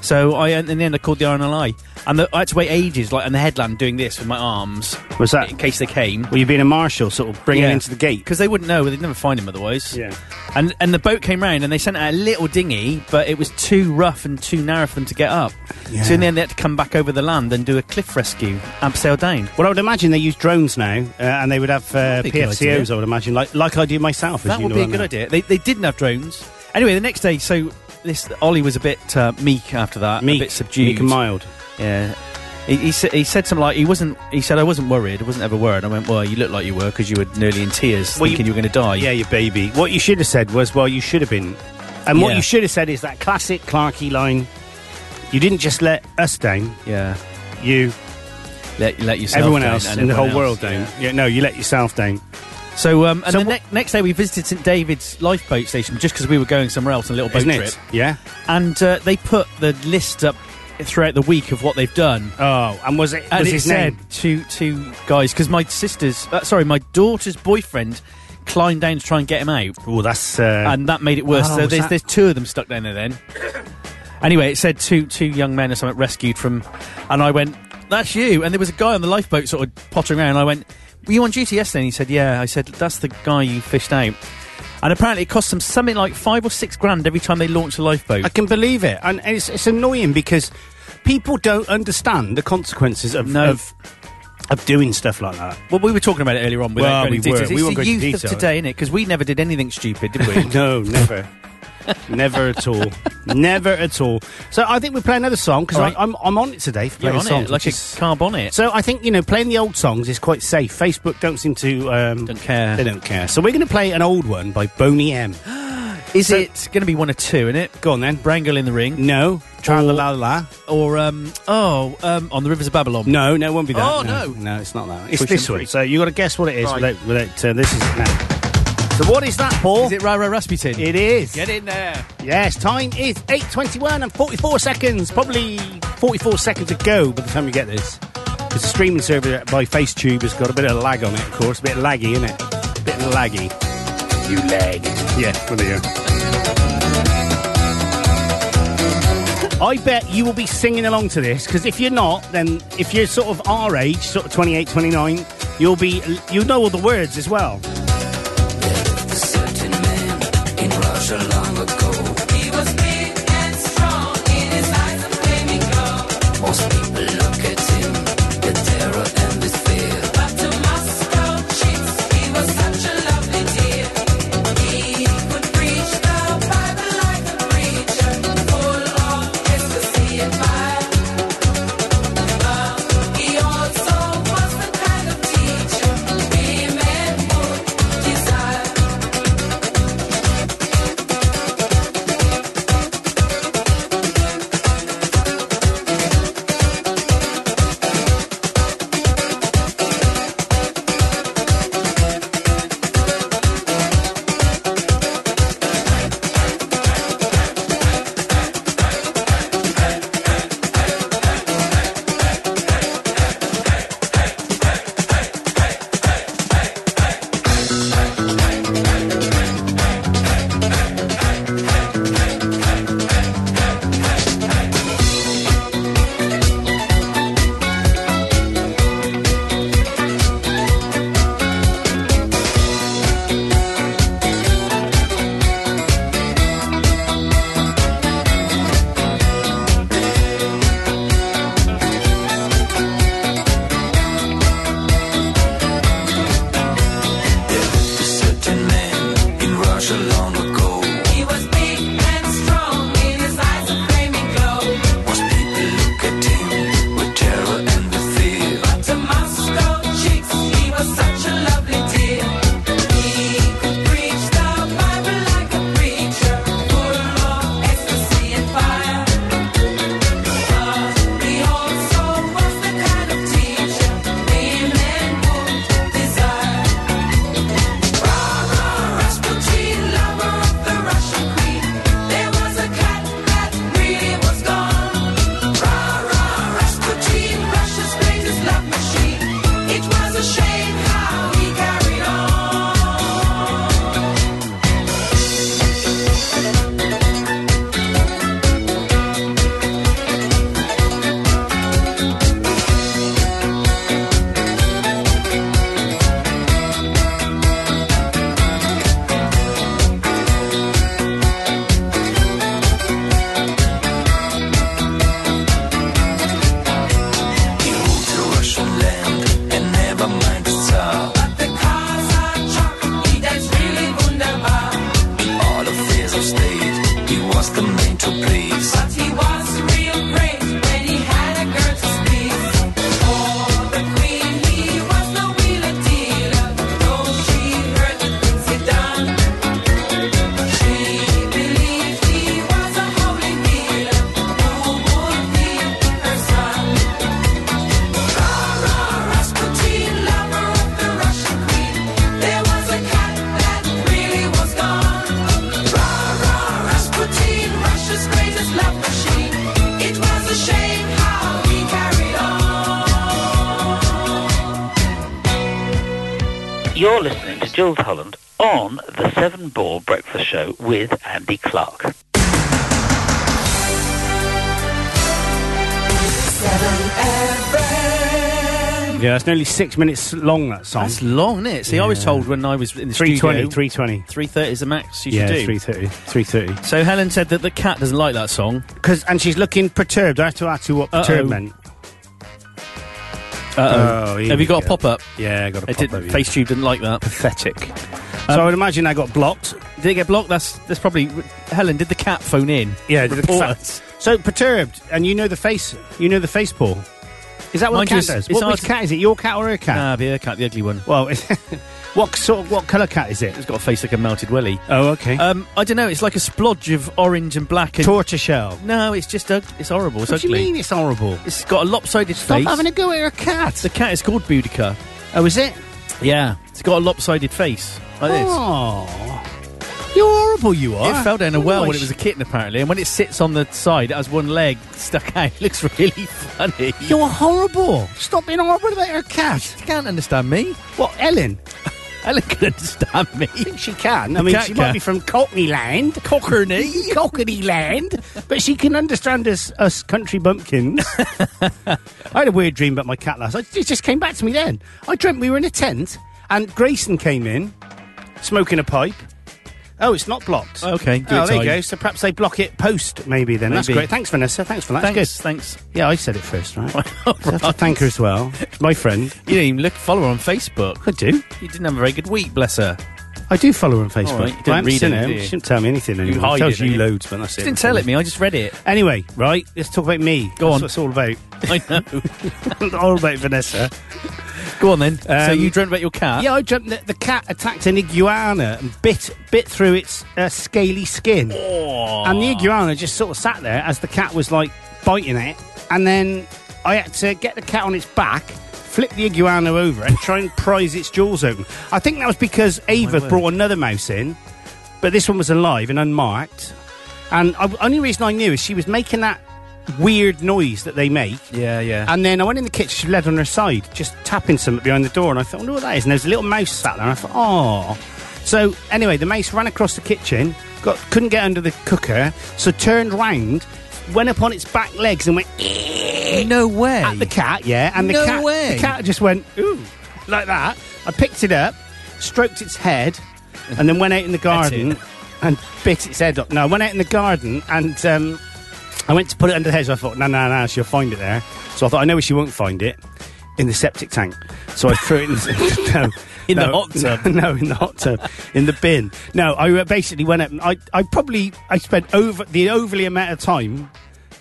Speaker 4: So I in the end I called the RNLI, and the, I had to wait ages, like on the headland, doing this with my arms
Speaker 3: was that?
Speaker 4: in case they came.
Speaker 3: Were you being a marshal, sort of bringing him into the gate?
Speaker 4: because they wouldn't know. They'd never find him otherwise.
Speaker 3: Yeah.
Speaker 4: And and the boat came round and they sent out a little dinghy, but it was too rough and too narrow for them to get up.
Speaker 3: Yeah.
Speaker 4: So in the end, they had to come back over the land and do a cliff rescue, abseil down.
Speaker 3: Well, I would imagine they use drones now, uh, and they would have uh,
Speaker 4: be a good
Speaker 3: PFCOs.
Speaker 4: idea.
Speaker 3: I would imagine, like like I do myself. as
Speaker 4: that
Speaker 3: you
Speaker 4: would
Speaker 3: know
Speaker 4: be a
Speaker 3: what I
Speaker 4: good
Speaker 3: mean.
Speaker 4: idea. They they didn't have drones. Anyway, the next day, so this Ollie was a bit uh, meek after that,
Speaker 3: Meek,
Speaker 4: a bit subdued,
Speaker 3: meek and mild.
Speaker 4: Yeah. He, he, sa- he said something like he wasn't. He said I wasn't worried. I wasn't ever worried. I went, well, you looked like you were because you were nearly in tears,
Speaker 3: Well, you-
Speaker 4: thinking you, were going to die.
Speaker 3: Yeah, your baby. What you should have said was, well, you should have been. And what
Speaker 4: Yeah.
Speaker 3: you should have said is that classic Clarkey line. You didn't just let us down.
Speaker 4: yeah.
Speaker 3: You,
Speaker 4: Let, let yourself.
Speaker 3: everyone
Speaker 4: down
Speaker 3: else,
Speaker 4: and
Speaker 3: and the whole
Speaker 4: everyone
Speaker 3: world
Speaker 4: else.
Speaker 3: down. Yeah. no, you let yourself down.
Speaker 4: So, um, and
Speaker 3: So
Speaker 4: the
Speaker 3: wha-
Speaker 4: ne- next day we visited St David's lifeboat station just because we were going somewhere else on a little boat
Speaker 3: Isn't
Speaker 4: trip,
Speaker 3: it? Yeah.
Speaker 4: and uh, they put the list up throughout the week of what they've done.
Speaker 3: Oh, and was it?
Speaker 4: And
Speaker 3: was
Speaker 4: it
Speaker 3: his
Speaker 4: said
Speaker 3: name?
Speaker 4: to to guys because my sister's uh, sorry, my daughter's boyfriend climbed down to try and get him out,
Speaker 3: Oh, that's. Uh,
Speaker 4: and that made it worse.
Speaker 3: Oh,
Speaker 4: so
Speaker 3: was
Speaker 4: there's
Speaker 3: that-
Speaker 4: there's two of them stuck down there then. anyway, it said two two young men or something rescued from, and I went, "That's you." And there was a guy on the lifeboat sort of pottering around. And I went, "Were you on duty yesterday?" And he said, "Yeah." I said, "That's the guy you fished out." And apparently, it cost them something like five or six grand every time they launched a lifeboat.
Speaker 3: I can believe it, and it's, it's annoying because people don't understand the consequences of
Speaker 4: No.
Speaker 3: of, of doing stuff like that.
Speaker 4: well, we were talking about it earlier on.
Speaker 3: Well,
Speaker 4: Without going
Speaker 3: we
Speaker 4: into details.
Speaker 3: were. We
Speaker 4: It's
Speaker 3: won't go
Speaker 4: the
Speaker 3: into
Speaker 4: youth of
Speaker 3: detail.
Speaker 4: today, is Because we never did anything stupid,
Speaker 3: (laughs)
Speaker 4: did we?
Speaker 3: No,
Speaker 4: (laughs)
Speaker 3: never. Never at all. Never at all. So I think we play another song because
Speaker 4: All right.
Speaker 3: I'm, I'm on it today for
Speaker 4: You're
Speaker 3: playing
Speaker 4: on
Speaker 3: songs.
Speaker 4: it, like
Speaker 3: which is-
Speaker 4: a carb on it.
Speaker 3: so I think, you know, playing the old songs is quite safe. Facebook don't seem to... Um,
Speaker 4: Don't care.
Speaker 3: They don't care. So we're going to play an old one by Boney
Speaker 4: (gasps)
Speaker 3: M.
Speaker 4: Is it going to be one or two? In it,
Speaker 3: Go on then.
Speaker 4: Brangle in the ring,
Speaker 3: No.
Speaker 4: Oh.
Speaker 3: Tra-la-la-la.
Speaker 4: or um, oh, um, on the Rivers of Babylon.
Speaker 3: No, no, it won't be that.
Speaker 4: Oh, no.
Speaker 3: No, it's not that. It's
Speaker 4: Push
Speaker 3: this
Speaker 4: them
Speaker 3: one.
Speaker 4: through.
Speaker 3: So you got to guess what it is.
Speaker 4: Right.
Speaker 3: Without, without, uh, this is... No. So what is that, Paul?
Speaker 4: Is it Rara Rasputin?
Speaker 3: it is.
Speaker 4: Get in there.
Speaker 3: Yes, time is 8.21 and 44 seconds. Probably 44 seconds ago by the time you get this. 'Cause The streaming server by Facetube has got a bit of lag on it, of course. A bit laggy, isn't it? bit laggy. You lag. Yeah, well, there you go. I bet you will be singing along to this because if you're not, then if you're sort of our age, sort of 28, 29, you'll be, you'll know all the words as well.
Speaker 6: certain man in Russia long ago. He was big and strong in his eyes of flaming glow. Most people look at him with terror and with fear. But to Moscow chicks, he was such a lovely dear. He could preach the Bible like a preacher, full of ecstasy and fire. He also was the kind of teacher women would desire.
Speaker 7: You're listening to Jules Holland on the Seven Ball Breakfast Show with Andy Clark.
Speaker 3: Yeah, it's nearly six minutes long, that song.
Speaker 4: That's long, isn't it? See, I was
Speaker 3: Yeah.
Speaker 4: told when I was in the
Speaker 3: 320,
Speaker 4: studio,
Speaker 3: 320.
Speaker 4: 3.30 is the max you
Speaker 3: Yeah,
Speaker 4: should do.
Speaker 3: 330, 330.
Speaker 4: So Helen said that the cat doesn't like that song.
Speaker 3: Cause, and she's looking perturbed. I have to ask you what perturbed
Speaker 4: Uh-oh.
Speaker 3: meant.
Speaker 4: Uh-oh.
Speaker 3: Oh, here
Speaker 4: Have
Speaker 3: we
Speaker 4: you got
Speaker 3: go.
Speaker 4: a pop-up?
Speaker 3: Yeah, I got a
Speaker 4: It didn't, Um, FaceTube didn't like that.
Speaker 3: pathetic. so I would imagine I got blocked.
Speaker 4: Did it get blocked? That's that's probably Helen. Did the cat phone in?
Speaker 3: Yeah, did it
Speaker 4: Report
Speaker 3: fa-
Speaker 4: us.
Speaker 3: So perturbed, and you know the face. You know the face ball. Is that what
Speaker 4: Mind
Speaker 3: the
Speaker 4: you,
Speaker 3: cat
Speaker 4: it's-
Speaker 3: does?
Speaker 4: it's
Speaker 3: What
Speaker 4: hard
Speaker 3: which
Speaker 4: to-
Speaker 3: cat is it? Your cat or her cat?
Speaker 4: Ah, the cat, the ugly one.
Speaker 3: well, (laughs) what sort? Of, what colour cat is it?
Speaker 4: It's got a face like a melted welly.
Speaker 3: Oh, okay.
Speaker 4: Um, I don't know. It's like a splodge of orange and black. And
Speaker 3: Tortoiseshell.
Speaker 4: no, it's just ug- it's horrible. It's
Speaker 3: What do you
Speaker 4: ugly.
Speaker 3: mean it's horrible?
Speaker 4: It's got a lopsided
Speaker 3: Stop
Speaker 4: face.
Speaker 3: having a go at her cat.
Speaker 4: the cat is called Boudica.
Speaker 3: Oh, is it?
Speaker 4: Yeah, it's got a lopsided face like this.
Speaker 3: Oh, you're horrible. You are.
Speaker 4: It fell down a
Speaker 3: Oh,
Speaker 4: well
Speaker 3: I
Speaker 4: when it
Speaker 3: sh-
Speaker 4: was a kitten, apparently, and when it sits on the side, it has one leg stuck out. (laughs) It looks really funny.
Speaker 3: You're horrible. Stop being horrible about her cat.
Speaker 4: You can't understand me.
Speaker 3: What, Ellen?
Speaker 4: Helen can (laughs) understand me.
Speaker 3: I think she can. I mean,
Speaker 4: cat
Speaker 3: she
Speaker 4: can.
Speaker 3: might be from Cockney land.
Speaker 4: Cockerney.
Speaker 3: (laughs) Cockney land. But she can understand us, us country
Speaker 4: (laughs)
Speaker 3: bumpkins. I had a weird dream about my cat last night. It just came back to me then. I dreamt we were in a tent and Grayson came in smoking a pipe. Oh, it's not blocked.
Speaker 4: Okay, do
Speaker 3: oh,
Speaker 4: it
Speaker 3: there you
Speaker 4: time.
Speaker 3: go. So perhaps they block it post, maybe then. That's
Speaker 4: Maybe.
Speaker 3: great. Thanks, Vanessa. Thanks for that. That's
Speaker 4: Thanks, thanks.
Speaker 3: good. Yeah, I said it first, right?
Speaker 4: (laughs) All
Speaker 3: So I have to thank her as well. It's my friend.
Speaker 4: You didn't even look follow her on Facebook.
Speaker 3: I do.
Speaker 4: You didn't have a very good week, bless her.
Speaker 3: I do follow her on Facebook.
Speaker 4: right, you didn't
Speaker 3: I haven't
Speaker 4: read
Speaker 3: seen
Speaker 4: it,
Speaker 3: her.
Speaker 4: did you?
Speaker 3: She didn't tell me anything anymore.
Speaker 4: hide
Speaker 3: She tells
Speaker 4: it, don't
Speaker 3: you
Speaker 4: you?
Speaker 3: loads, but that's
Speaker 4: She
Speaker 3: it.
Speaker 4: didn't tell it me. I just read it.
Speaker 3: Anyway, right, let's talk about me.
Speaker 4: Go
Speaker 3: That's
Speaker 4: on.
Speaker 3: what it's all about. (laughs)
Speaker 4: (laughs) I know.
Speaker 3: all about Vanessa.
Speaker 4: Go on then. so
Speaker 3: Um,
Speaker 4: you dreamt about your cat?
Speaker 3: Yeah, I dreamt that the cat attacked an iguana and bit bit through its uh, scaly skin. And the iguana just sort of sat there as the cat was like biting it. And then I had to get the cat on its back, flip the iguana over, and try and prise its jaws open. I think that was because Ava
Speaker 4: Oh, word.
Speaker 3: brought another mouse in, but this one was alive and unmarked. And I, only reason I knew is she was making that weird noise that they make.
Speaker 4: Yeah, yeah.
Speaker 3: And then I went in the kitchen, she led on her side, just tapping something behind the door, and I thought, I wonder what that is. And there was a little mouse sat there, and I thought, oh. So anyway, the mouse ran across the kitchen, got couldn't get under the cooker, so turned round, went up on its back legs and went
Speaker 4: Uh, no way.
Speaker 3: at the cat, yeah, and the
Speaker 4: No
Speaker 3: cat
Speaker 4: way.
Speaker 3: the cat just went, ooh, like that. I picked it up, stroked its head, and then went out
Speaker 4: (laughs)
Speaker 3: in the garden
Speaker 4: it.
Speaker 3: and bit its head up. No, I went out in the garden and um, I went to put it under the hedge. I thought, no, no, no, she'll find it there. So I thought, I know where she won't find it. In the septic tank. So I threw it in the, (laughs) no,
Speaker 4: In the
Speaker 3: no,
Speaker 4: hot
Speaker 3: (laughs)
Speaker 4: tub.
Speaker 3: No, in the hot tub. In the bin. No, I uh, basically went up. and I, I probably I spent over the overly amount of time,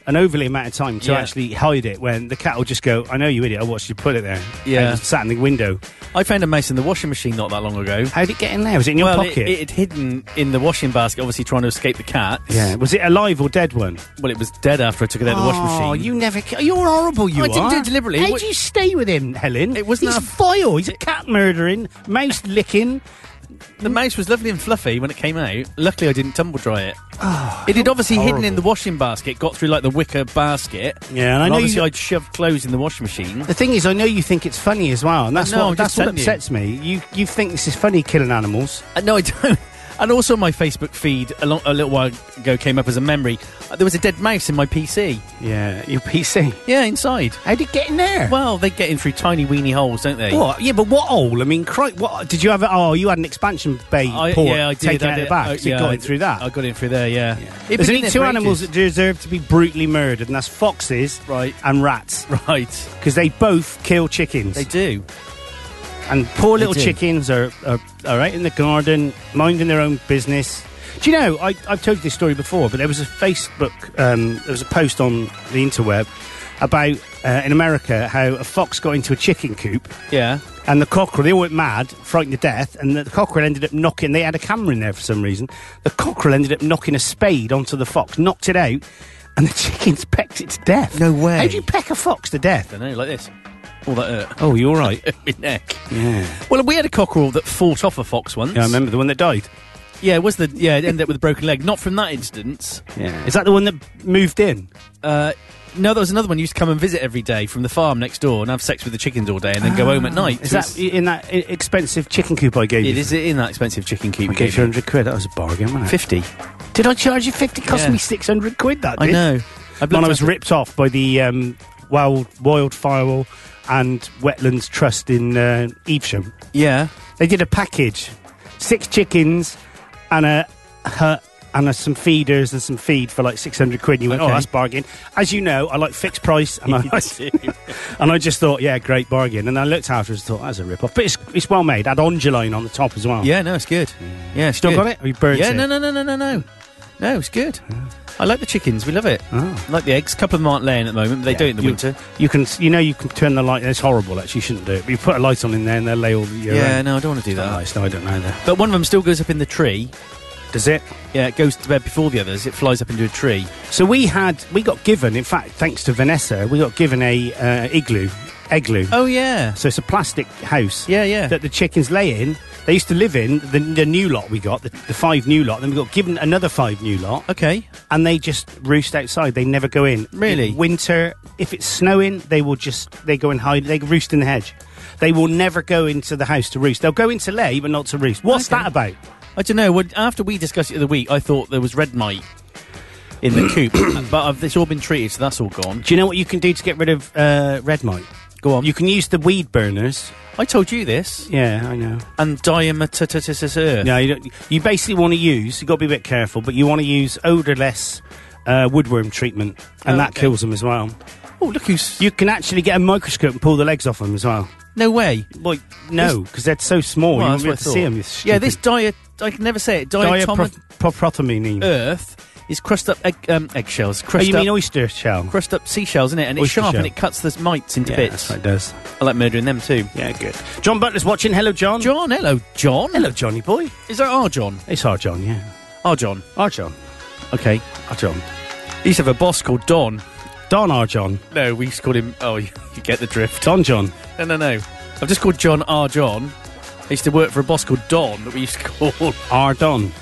Speaker 3: an overly amount of time to
Speaker 4: Yeah.
Speaker 3: actually hide it when the cat will just go, I know you idiot, I watched you put it there.
Speaker 4: Yeah.
Speaker 3: And just sat in the window.
Speaker 4: I found a mouse in the washing machine not that long ago.
Speaker 3: How did it get in there? Was it in your
Speaker 4: well, it,
Speaker 3: pocket?
Speaker 4: it had hidden in the washing basket, obviously trying to escape the cat.
Speaker 3: yeah. Was it alive or dead one?
Speaker 4: Well, it was dead after I took it out of the washing
Speaker 3: Oh,
Speaker 4: machine.
Speaker 3: you never. ca- You're horrible. You
Speaker 4: I
Speaker 3: are.
Speaker 4: didn't do it deliberately.
Speaker 3: How
Speaker 4: What-
Speaker 3: Oh, do you stay with him, Helen?
Speaker 4: It wasn't
Speaker 3: He's
Speaker 4: a-
Speaker 3: vile. He's a cat murdering, mouse licking.
Speaker 4: The mouse was lovely and fluffy when it came out. Luckily, I didn't tumble dry it. it had obviously hidden in
Speaker 3: horrible.
Speaker 4: the washing basket, got through like the wicker basket.
Speaker 3: Yeah, and I know
Speaker 4: obviously
Speaker 3: you-
Speaker 4: I'd shoved clothes in the washing machine.
Speaker 3: The thing is, I know you think it's funny as well, and that's
Speaker 4: No, I'm
Speaker 3: what that's
Speaker 4: just
Speaker 3: what
Speaker 4: telling you.
Speaker 3: upsets me. You you think this is funny killing animals?
Speaker 4: Uh, no, I don't. (laughs) And also, my Facebook feed a, long, a little while ago came up as a memory. Uh, There was a dead mouse in my PC.
Speaker 3: Yeah, (laughs) your PC.
Speaker 4: Yeah, inside.
Speaker 3: How did it get in there?
Speaker 4: Well, they get in through tiny weeny holes, don't they?
Speaker 3: What? Yeah, but what hole? I mean, cri- what did you have? It? Oh, you had an expansion bay
Speaker 4: I,
Speaker 3: port
Speaker 4: yeah, I did.
Speaker 3: taken
Speaker 4: I
Speaker 3: out
Speaker 4: did.
Speaker 3: the back.
Speaker 4: I-
Speaker 3: so you
Speaker 4: yeah,
Speaker 3: got
Speaker 4: I-
Speaker 3: in through that.
Speaker 4: I got in through there. Yeah. It
Speaker 3: There's
Speaker 4: been
Speaker 3: only
Speaker 4: there
Speaker 3: two
Speaker 4: for
Speaker 3: animals that
Speaker 4: ages.
Speaker 3: deserve to be brutally murdered, and that's foxes
Speaker 4: Right.
Speaker 3: and rats,
Speaker 4: Right.
Speaker 3: because they both kill chickens.
Speaker 4: They do.
Speaker 3: and poor little
Speaker 4: do.
Speaker 3: chickens are, are, are out in the garden, minding their own business. Do you know, I, I've told you this story before, but there was a Facebook, um, there was a post on the interweb about, uh, in America, how a fox got into a chicken coop
Speaker 4: Yeah.
Speaker 3: and the cockerel, they all went mad, frightened to death, and the cockerel ended up knocking, they had a camera in there for some reason. The cockerel ended up knocking a spade onto the fox, knocked it out, and the (laughs) chickens pecked it to death.
Speaker 4: No way.
Speaker 3: How do you peck a fox to death?
Speaker 4: I don't know, like this. All that (laughs) hurt.
Speaker 3: Oh, you're right.
Speaker 4: My neck.
Speaker 3: yeah.
Speaker 4: Well, we had a cockerel that fought off a fox once.
Speaker 3: yeah, I remember the one that died.
Speaker 4: Yeah, it was the yeah? It ended up with a broken leg. Not from that instance.
Speaker 3: Yeah. Is that the one that moved in?
Speaker 4: Uh, No, there was another one who used to come and visit every day from the farm next door and have sex with the chickens all day and then go home at night.
Speaker 3: Is
Speaker 4: So
Speaker 3: that in that i- expensive chicken coop I gave
Speaker 4: it's-
Speaker 3: you?
Speaker 4: Ah. it is in that expensive chicken coop?
Speaker 3: I
Speaker 4: you
Speaker 3: gave
Speaker 4: gave
Speaker 3: you
Speaker 4: me?
Speaker 3: 100 quid. That was a bargain, wasn't it?
Speaker 4: fifty.
Speaker 3: Did I charge you 50? It cost
Speaker 4: Yeah.
Speaker 3: me 600 quid that did.
Speaker 4: I know. I've
Speaker 3: and
Speaker 4: looked
Speaker 3: I was
Speaker 4: at it.
Speaker 3: ripped off by the um, wild, wild firewall and wetlands trust in uh, Evesham.
Speaker 4: Yeah.
Speaker 3: They did a package: six chickens and a hut and a, some feeders and some feed for like six hundred quid. And you went,
Speaker 4: Okay.
Speaker 3: "Oh, that's bargain." As you know, I like fixed price, and I
Speaker 4: (laughs)
Speaker 3: (laughs) and I just thought, "Yeah, great bargain." And I looked afterwards and thought, "That's a rip off," but it's, it's well made. Had onduline on the top as well.
Speaker 4: Yeah, no, it's good. Yeah, it's
Speaker 3: Still
Speaker 4: good.
Speaker 3: got it? Or you burnt
Speaker 4: yeah,
Speaker 3: it?
Speaker 4: no, no, no, no, no, no. No, it's good. I like the chickens. We love it.
Speaker 3: Oh.
Speaker 4: I like the eggs. A couple of them aren't laying at the moment, but they do it in the
Speaker 3: you,
Speaker 4: winter.
Speaker 3: You can, s- you know, you can turn the light. It's horrible. Actually, you shouldn't do it. But you put a light on in there, and they'll lay all um, the year.
Speaker 4: Yeah,
Speaker 3: round.
Speaker 4: no, I don't want to do
Speaker 3: Oh, It's not
Speaker 4: that.
Speaker 3: nice. No, I don't know that.
Speaker 4: But one of them still goes up in the tree.
Speaker 3: Does it?
Speaker 4: Yeah, it goes to bed before the others. It flies up into a tree.
Speaker 3: So we had, we got given. In fact, thanks to Vanessa, we got given a uh, igloo, igloo.
Speaker 4: Oh yeah,
Speaker 3: So it's a plastic house.
Speaker 4: Yeah, yeah.
Speaker 3: That the chickens lay in. They used to live in the, the new lot we got, the, the five new lot. Then we got given another five new lot,
Speaker 4: okay.
Speaker 3: and they just roost outside. They never go in.
Speaker 4: Really?
Speaker 3: In winter, if it's snowing, they will just they go and hide. They roost in the hedge. They will never go into the house to roost. They'll go into lay, but not to roost. What's
Speaker 4: Okay.
Speaker 3: that about?
Speaker 4: I don't know. When, after we discussed it the other week, I thought there was
Speaker 3: (coughs)
Speaker 4: red mite in the coop, but I've, it's all been treated, so that's all gone.
Speaker 3: Do you know what you can do to get rid of uh, red mite?
Speaker 4: Go on.
Speaker 3: You can use the weed burners.
Speaker 4: I told you this.
Speaker 3: Yeah, I know.
Speaker 4: And diameter.
Speaker 3: No, you, don't, you basically want to use. You've got to be a bit careful, but you want to use odorless uh, woodworm treatment, and
Speaker 4: Oh,
Speaker 3: that
Speaker 4: okay.
Speaker 3: kills them as well.
Speaker 4: Oh, look who's.
Speaker 3: You can actually get a microscope and pull the legs off them as well.
Speaker 4: No way.
Speaker 3: Well, no, because they're so small.
Speaker 4: Well,
Speaker 3: you
Speaker 4: that's
Speaker 3: won't be
Speaker 4: what
Speaker 3: able
Speaker 4: I
Speaker 3: to
Speaker 4: thought.
Speaker 3: see them. you
Speaker 4: yeah, this
Speaker 3: stupid-
Speaker 4: diet. I can never say it. Diatomic Uh,
Speaker 3: diaproprotamine.
Speaker 4: earth is crushed up egg, um, eggshells.
Speaker 3: oh,
Speaker 4: Crushed
Speaker 3: you Oh, mean
Speaker 4: up,
Speaker 3: oyster shell?
Speaker 4: crushed up seashells, isn't it? And it's
Speaker 3: Oyster
Speaker 4: sharp
Speaker 3: shell.
Speaker 4: and it cuts the mites into
Speaker 3: yeah,
Speaker 4: bits.
Speaker 3: that's what it does.
Speaker 4: I like murdering them too.
Speaker 3: Yeah, good. John Butler's watching. Hello, John.
Speaker 4: John, hello, John.
Speaker 3: Hello, Johnny boy.
Speaker 4: Is that our John?
Speaker 3: It's our John. Yeah,
Speaker 4: Our John.
Speaker 3: our John.
Speaker 4: Okay.
Speaker 3: Our John.
Speaker 4: He used to have a boss called Don.
Speaker 3: Don, our John.
Speaker 4: No, we used to call him. Oh, (laughs) you, you get the drift.
Speaker 3: Don John.
Speaker 4: No, no, no. I've just called John R. John. I used to work for a boss called Don that we used to call.
Speaker 3: Are done.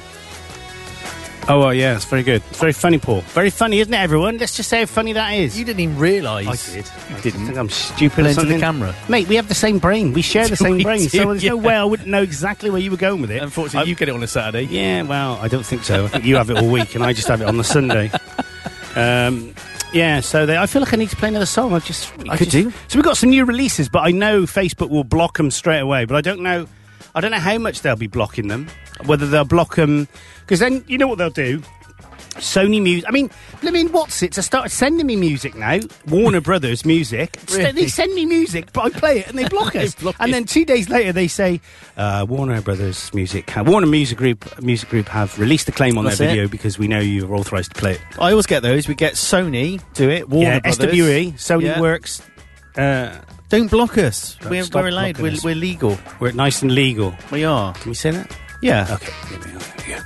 Speaker 3: Oh, well, yeah, it's very good. It's very funny, Paul. Very funny, isn't it, everyone? Let's just say how funny that is.
Speaker 4: You didn't even realise.
Speaker 3: I
Speaker 4: You
Speaker 3: didn't.
Speaker 4: didn't.
Speaker 3: think I'm stupid
Speaker 4: Blend
Speaker 3: or
Speaker 4: to
Speaker 3: something.
Speaker 4: the camera.
Speaker 3: Mate, we have the same brain. We share the same
Speaker 4: (laughs) We
Speaker 3: brain.
Speaker 4: do,
Speaker 3: so there's no
Speaker 4: yeah.
Speaker 3: way I wouldn't know exactly where you were going with it.
Speaker 4: Unfortunately, you get it on a Saturday.
Speaker 3: Yeah, well, I don't think so. I think you have it all week and I just have it on the Sunday. Um, yeah, so they, I feel like I need to play another song. I've just. I just-
Speaker 4: could do.
Speaker 3: So we've got some new releases, but I know Facebook will block them straight away, but I don't know. I don't know how much they'll be blocking them. Whether they'll block them. Because then, you know what they'll do? Sony Music. I mean, I mean, what's it? I started sending me music now. Warner Brothers music. S- They
Speaker 4: (laughs) Really?
Speaker 3: send me music, but I play
Speaker 4: (laughs)
Speaker 3: it and they block us.
Speaker 4: block
Speaker 3: and
Speaker 4: it.
Speaker 3: then two days later, they say uh, Warner Brothers music. ha- Warner Music Group Music Group have released a claim on
Speaker 4: That's
Speaker 3: their
Speaker 4: it.
Speaker 3: video because we know you are authorised to play it.
Speaker 4: I always get those. We get Sony do it. Warner
Speaker 3: yeah,
Speaker 4: Brothers.
Speaker 3: SWE, Sony
Speaker 4: Yeah.
Speaker 3: Works. Uh,
Speaker 4: Don't block us. we're,
Speaker 3: stop
Speaker 4: we're allowed.
Speaker 3: blocking
Speaker 4: We're,
Speaker 3: us.
Speaker 4: we're legal.
Speaker 3: we're nice and legal.
Speaker 4: We are.
Speaker 3: Can we say that?
Speaker 4: Yeah.
Speaker 3: Okay. There we are, there we go.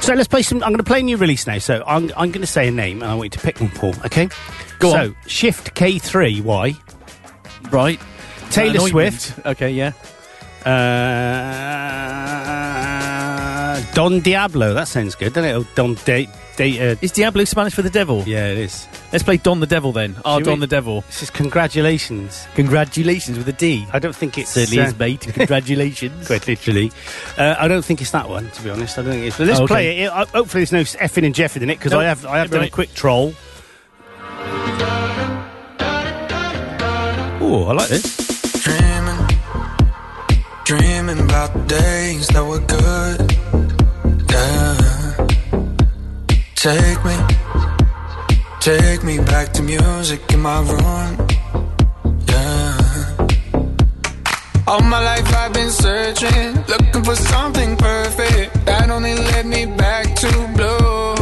Speaker 3: So let's play some. I'm going to play a new release now. So I'm, I'm going to say a name and I want you to pick one, Paul. Okay.
Speaker 4: Go
Speaker 3: so,
Speaker 4: on.
Speaker 3: Shift K3. Why?
Speaker 4: Uh, Right.
Speaker 3: Taylor
Speaker 4: An ointment.
Speaker 3: Swift.
Speaker 4: Okay. Yeah.
Speaker 3: Uh, Don Diablo. That sounds good, doesn't it? Oh, Don Date. Da- uh,
Speaker 4: Is Diablo Spanish for the devil?
Speaker 3: yeah, it is.
Speaker 4: Let's play Don the Devil then. Our
Speaker 3: Should
Speaker 4: Don
Speaker 3: we?
Speaker 4: the Devil.
Speaker 3: This is congratulations.
Speaker 4: Congratulations with a D.
Speaker 3: I don't think it's
Speaker 4: Certainly
Speaker 3: uh,
Speaker 4: is,
Speaker 3: (laughs)
Speaker 4: mate. Congratulations.
Speaker 3: Quite literally. Uh, I don't think it's that one, to be honest. I don't think it's. But let's
Speaker 4: Oh, okay.
Speaker 3: play it. Uh, hopefully, there's no effing and jeffing in it because
Speaker 4: Nope.
Speaker 3: I have I have done a
Speaker 4: Right.
Speaker 3: quick troll. Oh, I like this.
Speaker 8: Dreaming, dreaming about the days that were good. Yeah. Take me, take me back to music in my room. Yeah. All my life I've been searching, looking for something perfect that only led me back to blue.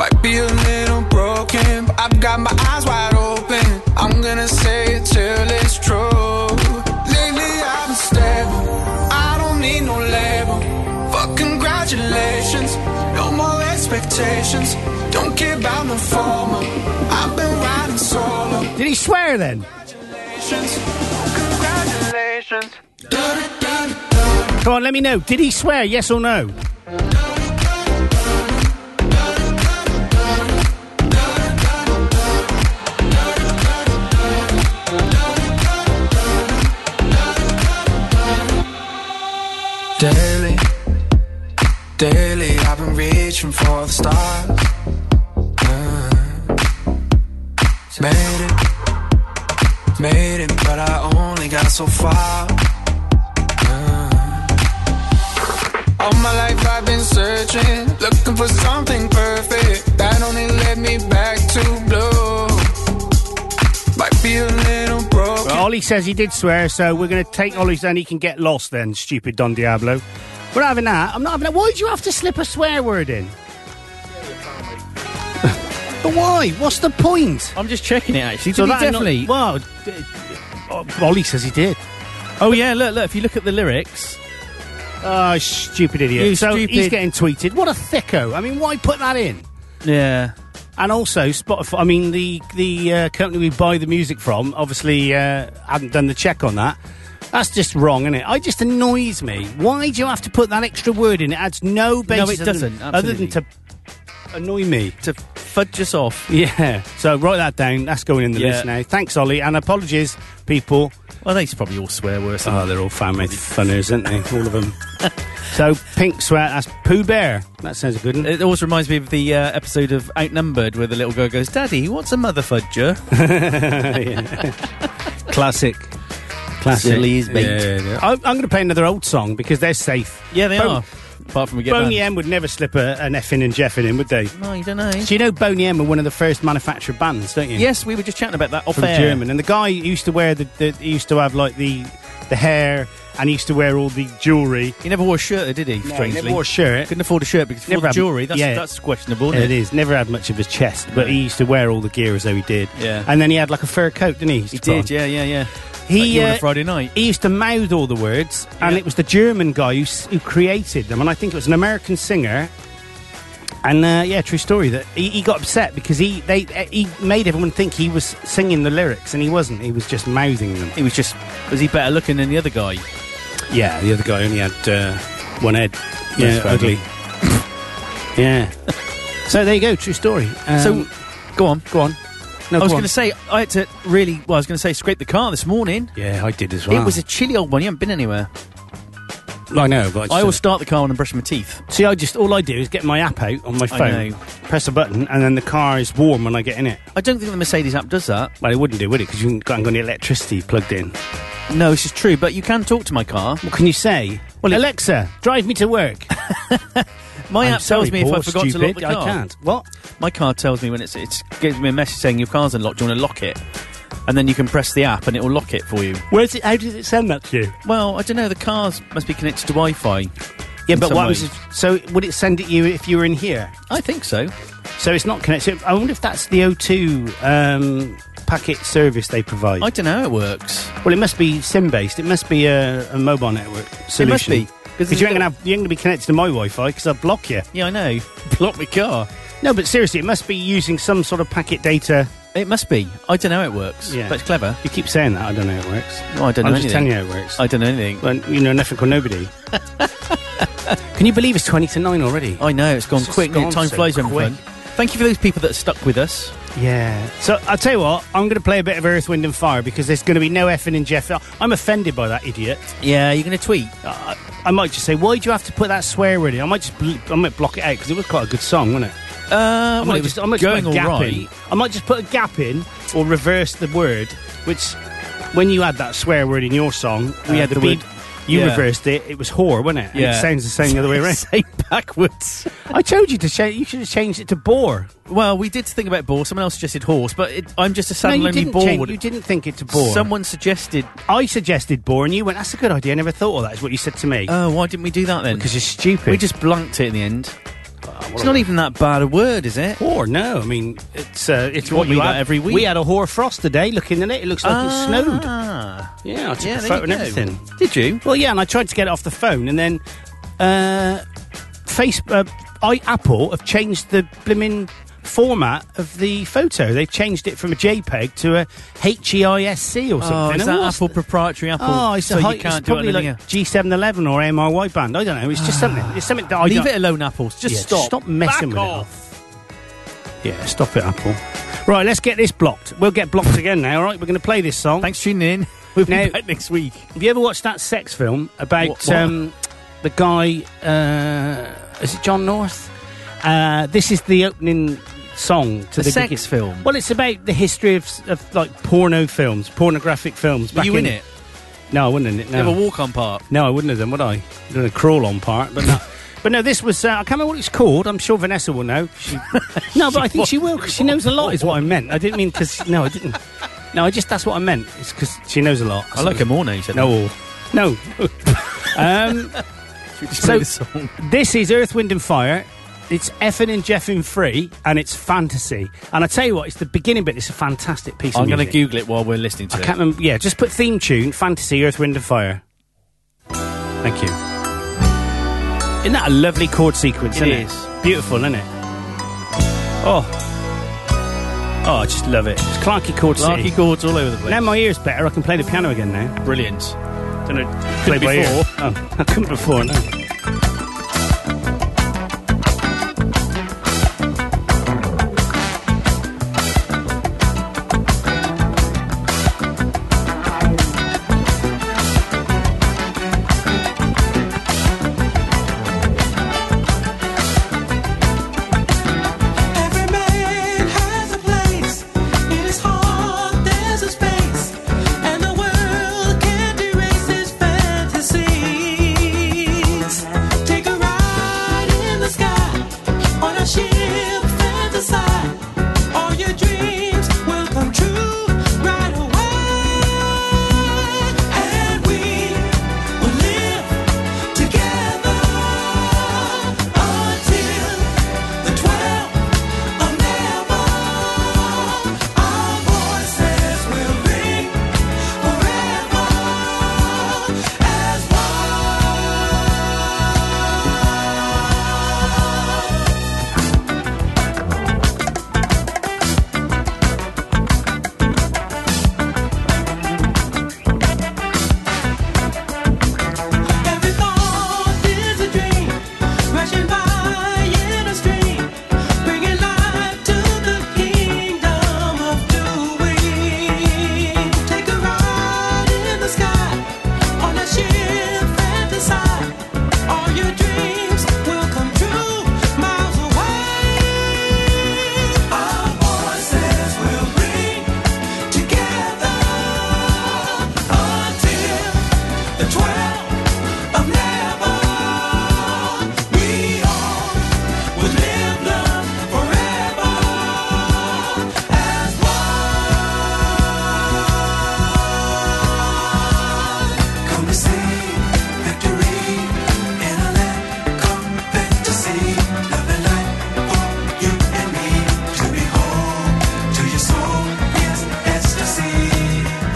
Speaker 8: Might be a little broken, but I've got my eyes wide open. I'm gonna say it till it's true. Lately I've been stable, I don't need no label. Fuck congratulations, no more expectations. Don't care about no formal. I've been riding solo.
Speaker 3: Did he swear then?
Speaker 8: Congratulations, congratulations.
Speaker 3: Come on, let me know. Did he swear? Yes or no?
Speaker 8: Daily, daily, I've been reaching for the stars. Uh, made it, made it, but I only got so far. Uh, all my life I've been searching, looking for something perfect that only led me back to blue. Might be a little broken.
Speaker 3: Well, Ollie says he did swear, so we're going to take Ollie's and he can get lost then, stupid Don Diablo. We're not having that. I'm not having that. Why did you have to slip a swear word in? (laughs) but why? What's the point?
Speaker 4: I'm just checking it actually. Did he
Speaker 3: that
Speaker 4: definitely?
Speaker 3: Well, d- oh, Ollie says he did.
Speaker 4: oh yeah, look, look. If you look at the lyrics,
Speaker 3: Oh, stupid idiot.
Speaker 4: You
Speaker 3: so he's
Speaker 4: stupid-
Speaker 3: getting tweeted. What a thicko. I mean, why put that in?
Speaker 4: yeah,
Speaker 3: And also, Spotify. I mean, the the uh, company we buy the music from obviously uh, hadn't done the check on that. That's just wrong, isn't it? It just annoys me. Why do you have to put that extra word in? It adds no basis.
Speaker 4: it
Speaker 3: other than-
Speaker 4: doesn't,
Speaker 3: Other than to
Speaker 4: absolutely.
Speaker 3: annoy me. (laughs)
Speaker 4: to fudge us off.
Speaker 3: Yeah. So write that down. That's going in the
Speaker 4: Yeah.
Speaker 3: list now. Thanks, Ollie, and apologies, people.
Speaker 4: Well, they probably all swear worse. Than
Speaker 3: Oh, they're all family funners, aren't they? All of them. (laughs) so pink sweat. That's Pooh Bear. That sounds a good. One.
Speaker 4: It always reminds me of the uh, episode of Outnumbered where the little girl goes, Daddy, what's a
Speaker 3: (laughs)
Speaker 4: mother fudger?
Speaker 3: Classic. Classic.
Speaker 4: Silly as bait.
Speaker 3: Yeah, yeah, yeah. I- I'm going to play another old song because they're safe.
Speaker 4: yeah, they
Speaker 3: Bo-
Speaker 4: are. Apart from we get
Speaker 3: Boney
Speaker 4: banned.
Speaker 3: M would never slip a, an F in and Jeff in, would they?
Speaker 4: No, you don't know.
Speaker 3: So you know Boney M were one of the first manufactured bands, don't you?
Speaker 4: Yes, we were just chatting about that off
Speaker 3: From
Speaker 4: air.
Speaker 3: German. And the guy who used to wear the, the he used to have like the the hair and he used to wear all the jewellery.
Speaker 4: He never wore a shirt, did he?
Speaker 3: He
Speaker 4: strangely.
Speaker 3: never wore a shirt.
Speaker 4: Couldn't afford a shirt because
Speaker 3: Never
Speaker 4: for the
Speaker 3: had-
Speaker 4: jewellery, that's,
Speaker 3: yeah.
Speaker 4: that's questionable,
Speaker 3: It
Speaker 4: isn't it?
Speaker 3: is. Never had much of his chest, but he used to wear all the gear as though he did.
Speaker 4: Yeah.
Speaker 3: And then he had like a fur coat, didn't he?
Speaker 4: He did, yeah, yeah, yeah. Like
Speaker 3: He
Speaker 4: you on
Speaker 3: uh,
Speaker 4: a Friday night.
Speaker 3: he used to mouth all the words, and
Speaker 4: Yeah.
Speaker 3: it was the German guy who, s- who created them. And I think it was an American singer. And uh, yeah, true story. That he, he got upset because he they eh, he made everyone think he was singing the lyrics, and he wasn't. He was just mouthing them.
Speaker 4: He was just, was he better looking than the other guy?
Speaker 3: Yeah, the other guy only had uh, one head.
Speaker 4: Yeah, (laughs) ugly.
Speaker 3: yeah. So there you go. True story. Um,
Speaker 4: so, go on.
Speaker 3: go on. No,
Speaker 4: I was
Speaker 3: go
Speaker 4: going
Speaker 3: on.
Speaker 4: to say, I had to really, well, I was going to say, scrape the car this morning.
Speaker 3: Yeah, I did as well.
Speaker 4: It was a chilly old one. You haven't been anywhere.
Speaker 3: I know, but
Speaker 4: I
Speaker 3: I
Speaker 4: always
Speaker 3: was.
Speaker 4: start the car when I'm brushing my teeth.
Speaker 3: See, I just all I do is get my app out on my
Speaker 4: I
Speaker 3: phone,
Speaker 4: know.
Speaker 3: press a button, and then the car is warm when I get in it.
Speaker 4: I don't think the Mercedes app does that.
Speaker 3: Well, it wouldn't do, would it? Because you haven't got any electricity plugged in.
Speaker 4: No, this is true, but you can talk to my car.
Speaker 3: What can you say? Well, Alexa, drive me to (laughs) work.
Speaker 4: My
Speaker 3: I'm
Speaker 4: app
Speaker 3: sorry,
Speaker 4: tells me
Speaker 3: Paul,
Speaker 4: if I forgot to lock
Speaker 3: stupid,
Speaker 4: the car.
Speaker 3: I can't. What?
Speaker 4: My car tells me when it's it gives me a message saying your car's unlocked. Do you want to lock it? And then you can press the app and it will lock it for you.
Speaker 3: Where's it? How does it send that to you?
Speaker 4: Well, I don't know. The cars must be connected to Wi-Fi.
Speaker 3: Yeah,
Speaker 4: In
Speaker 3: but
Speaker 4: some
Speaker 3: what
Speaker 4: ways.
Speaker 3: was it, so? Would it send it you if you were in here?
Speaker 4: I think so.
Speaker 3: So it's not connected. I wonder if that's the O2 um, packet service they provide.
Speaker 4: I don't know how it works.
Speaker 3: well, it must be SIM based. It must be a, a mobile network solution.
Speaker 4: must be, 'cause
Speaker 3: because you ain't
Speaker 4: there's
Speaker 3: gonna have, you ain't gonna be connected to my Wi-Fi because I'll block you.
Speaker 4: Yeah, I know. (laughs) Block my car.
Speaker 3: No, but seriously, it must be using some sort of packet data.
Speaker 4: It must be. I don't know how it works.
Speaker 3: Yeah.
Speaker 4: But it's clever.
Speaker 3: You keep saying that. I don't know how it works.
Speaker 4: No, I don't
Speaker 3: I'm
Speaker 4: know
Speaker 3: just telling
Speaker 4: anything.
Speaker 3: you how it works.
Speaker 4: I don't know anything.
Speaker 3: Well, you know nothing called
Speaker 4: (laughs)
Speaker 3: nobody. Can you believe it's twenty to nine already?
Speaker 4: I know it's gone
Speaker 3: It's just
Speaker 4: quick. isn't
Speaker 3: gone
Speaker 4: it? Time
Speaker 3: so
Speaker 4: flies when
Speaker 3: quick.
Speaker 4: fun. Thank you for those people that are stuck with us.
Speaker 3: Yeah. So I'll tell you what. I'm going to play a bit of Earth, Wind and Fire because there's going to be no effing and Jeff. I'm offended by that idiot.
Speaker 4: Yeah, you're going to tweet.
Speaker 3: I, I might just say, why do you have to put that swear word in? I might just, bl- I might block it out because it was quite a good song, wasn't it?
Speaker 4: Uh,
Speaker 3: I
Speaker 4: well,
Speaker 3: might
Speaker 4: it was
Speaker 3: just, I might just
Speaker 4: going
Speaker 3: put a
Speaker 4: all
Speaker 3: gap
Speaker 4: right.
Speaker 3: in. I might just put a gap in or reverse the word, which when you had that swear word in your song, we
Speaker 4: Uh,
Speaker 3: had the,
Speaker 4: the
Speaker 3: beat.
Speaker 4: word-
Speaker 3: You
Speaker 4: yeah.
Speaker 3: reversed it. It was whore, wasn't it? And
Speaker 4: Yeah.
Speaker 3: It sounds the same the
Speaker 4: (laughs)
Speaker 3: other way around.
Speaker 4: Say backwards.
Speaker 3: (laughs)
Speaker 4: (laughs)
Speaker 3: I told you to change. You should have changed it to bore.
Speaker 4: Well, we did think about boar. Someone else suggested horse, but it, I'm just a sad
Speaker 3: no, you
Speaker 4: lonely
Speaker 3: didn't change, You
Speaker 4: board.
Speaker 3: didn't think it to bore.
Speaker 4: Someone suggested.
Speaker 3: I suggested bore, and you went, "That's a good idea. I never thought of that." Is what you said to me
Speaker 4: Oh, why didn't we do that then?
Speaker 3: because you're stupid.
Speaker 4: we just blanked it in the end. it's not even that bad Ah, a word, is it?
Speaker 3: Whore? No, I mean it's uh, it's
Speaker 4: You
Speaker 3: what
Speaker 4: want me
Speaker 3: you
Speaker 4: that
Speaker 3: have
Speaker 4: every week?
Speaker 3: We had a hoar frost today. Looking at it, it looks like it snowed.
Speaker 4: Ah.
Speaker 3: Yeah, I took
Speaker 4: Yeah,
Speaker 3: a
Speaker 4: there
Speaker 3: photo
Speaker 4: you
Speaker 3: and
Speaker 4: go.
Speaker 3: everything.
Speaker 4: Did you?
Speaker 3: Well, yeah, and I tried to get it off the phone, and then uh, face uh, I Apple have changed the blimmin' format of the photo. They've changed it from a JPEG to a E HEISC or something.
Speaker 4: Oh,
Speaker 3: And
Speaker 4: is that
Speaker 3: what's
Speaker 4: Apple
Speaker 3: th-
Speaker 4: proprietary Apple?
Speaker 3: Oh, it's,
Speaker 4: so
Speaker 3: a high,
Speaker 4: you can't
Speaker 3: it's
Speaker 4: do it
Speaker 3: probably
Speaker 4: on
Speaker 3: like
Speaker 4: anything else.
Speaker 3: G711 or MRY band. I don't know. It's just something. It's something that I
Speaker 4: Leave
Speaker 3: don't-
Speaker 4: it alone, Apple. Just
Speaker 3: Yeah,
Speaker 4: stop.
Speaker 3: Stop messing with
Speaker 4: Back off.
Speaker 3: it. Yeah, stop it, Apple. Right, let's get this blocked. We'll get blocked again now. All right, we're going to play this song.
Speaker 4: Thanks for tuning in. We'll be
Speaker 3: Now-
Speaker 4: back next week.
Speaker 3: Have you ever watched that sex film about
Speaker 4: What- what?
Speaker 3: Um, the guy, uh, is it John North? Uh, this is the opening song to
Speaker 4: The
Speaker 3: the,
Speaker 4: sex
Speaker 3: begin-
Speaker 4: film?
Speaker 3: Well, it's about the history of, s- of like porno films, pornographic films.
Speaker 4: Were
Speaker 3: back
Speaker 4: you in it?
Speaker 3: No, I wasn't in it. No,
Speaker 4: You have a walk on part.
Speaker 3: no, I wouldn't have done, would I? I'd done a crawl on part,
Speaker 4: (laughs)
Speaker 3: but no. But no, this was, uh, I can't remember what it's called. I'm sure Vanessa will know.
Speaker 4: (laughs)
Speaker 3: She, no, but I think she will, because she knows a lot, is what I meant. I didn't mean because, no, I didn't. No, I just, that's what I meant. It's because she knows a lot.
Speaker 4: I like her more now, you said.
Speaker 3: No, all.
Speaker 4: (laughs)
Speaker 3: No. um,
Speaker 4: so,
Speaker 3: so this is Earth, Wind and Fire. It's effing and jeffing free, and it's fantasy. And I tell you what, it's the beginning bit. It's a fantastic piece
Speaker 4: I'm
Speaker 3: of
Speaker 4: going to
Speaker 3: music.
Speaker 4: Google it while we're listening to
Speaker 3: I
Speaker 4: it.
Speaker 3: can't remember. Yeah, just put theme tune, fantasy, Earth, Wind and Fire. Thank you. Isn't that a lovely chord sequence?
Speaker 4: It
Speaker 3: isn't
Speaker 4: is.
Speaker 3: it? Beautiful, isn't it? Oh. Oh, I just love it. It's Clarky Chord City.
Speaker 4: Larky chords all over the place.
Speaker 3: Now my ear's better. I can play the piano again now.
Speaker 4: Brilliant.
Speaker 3: Don't know. Play by ear.
Speaker 4: before.
Speaker 3: Oh,
Speaker 4: (laughs)
Speaker 3: I couldn't before. No.
Speaker 6: Every man has a place. In his heart, there's a space, and the world can't erase his fantasies. Take a ride in the sky on a ship, fantasize. All your dreams will come true right away, and we will live together until the twelve. Twelve of never we all would live love forever as one. Come to see victory in a land come fantasy. Love and light for you and me to behold to your soul is ecstasy.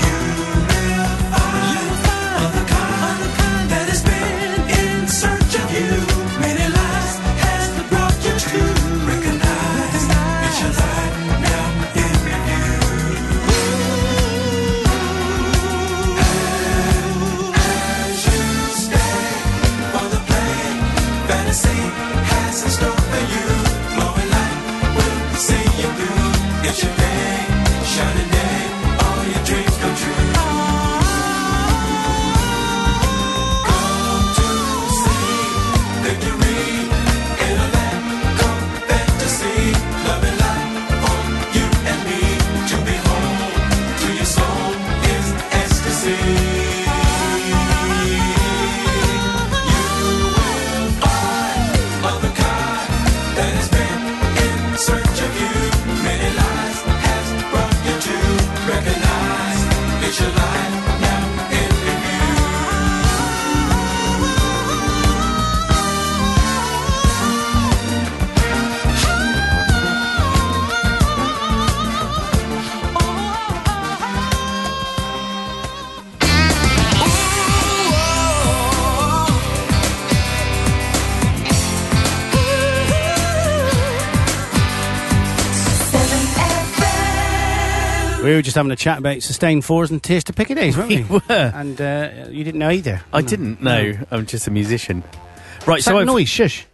Speaker 6: You will find other kind that has been in search of you. Many lives has brought you to recognize it's your light now in review. As you stay on the plane, fantasy has in store for you. Glowing light will see you through. It's your day, shining day. All your dreams come true. Recognize it's your life now in review.
Speaker 3: We were just having a chat about sustained fours and tears to Piccadilly, weren't
Speaker 4: (laughs)
Speaker 3: we?
Speaker 4: were.
Speaker 3: And uh, you didn't know either.
Speaker 4: I didn't know. I'm just a musician. Right,
Speaker 3: It's
Speaker 4: so
Speaker 3: that
Speaker 4: I've-
Speaker 3: noise, shush.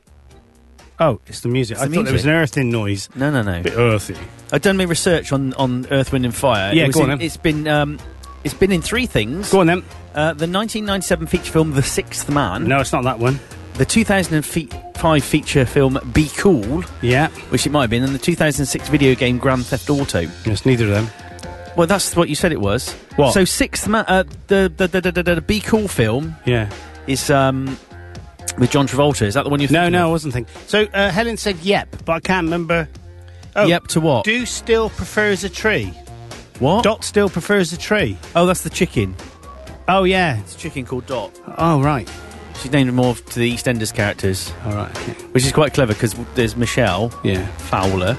Speaker 3: Oh, it's the music. I
Speaker 4: the
Speaker 3: thought there was
Speaker 4: music.
Speaker 3: an earthing noise.
Speaker 4: No, no, no.
Speaker 3: earthy.
Speaker 4: I've done my research on, on Earth, Wind and Fire.
Speaker 3: Yeah,
Speaker 4: It was
Speaker 3: go on
Speaker 4: in-
Speaker 3: then.
Speaker 4: It's been um, It's been in three things.
Speaker 3: Go on then.
Speaker 4: Uh, the 1997 feature film The Sixth Man.
Speaker 3: No, it's not that one.
Speaker 4: The 2005 feature film Be Cool,
Speaker 3: Yeah.
Speaker 4: which it might have been, and the 2006 video game Grand Theft Auto.
Speaker 3: It's neither of them.
Speaker 4: Well, that's what you said it was.
Speaker 3: What?
Speaker 4: So Sixth Man, uh, the, the, the, the, the, the Be Cool film
Speaker 3: Yeah.
Speaker 4: is um, with John Travolta. Is that the one you're
Speaker 3: No,
Speaker 4: thinking
Speaker 3: no, I
Speaker 4: of?
Speaker 3: wasn't thinking. So uh, Helen said yep, but I can't remember. Oh,
Speaker 4: Yep to what?
Speaker 3: Do still prefers a tree.
Speaker 4: What?
Speaker 3: Dot still prefers a tree.
Speaker 4: Oh, that's the chicken.
Speaker 3: Oh yeah.
Speaker 4: It's a chicken called Dot.
Speaker 3: Oh right.
Speaker 4: She's named him more to the EastEnders characters,
Speaker 3: All right. okay.
Speaker 4: which is quite clever because there's Michelle
Speaker 3: Yeah.
Speaker 4: Fowler.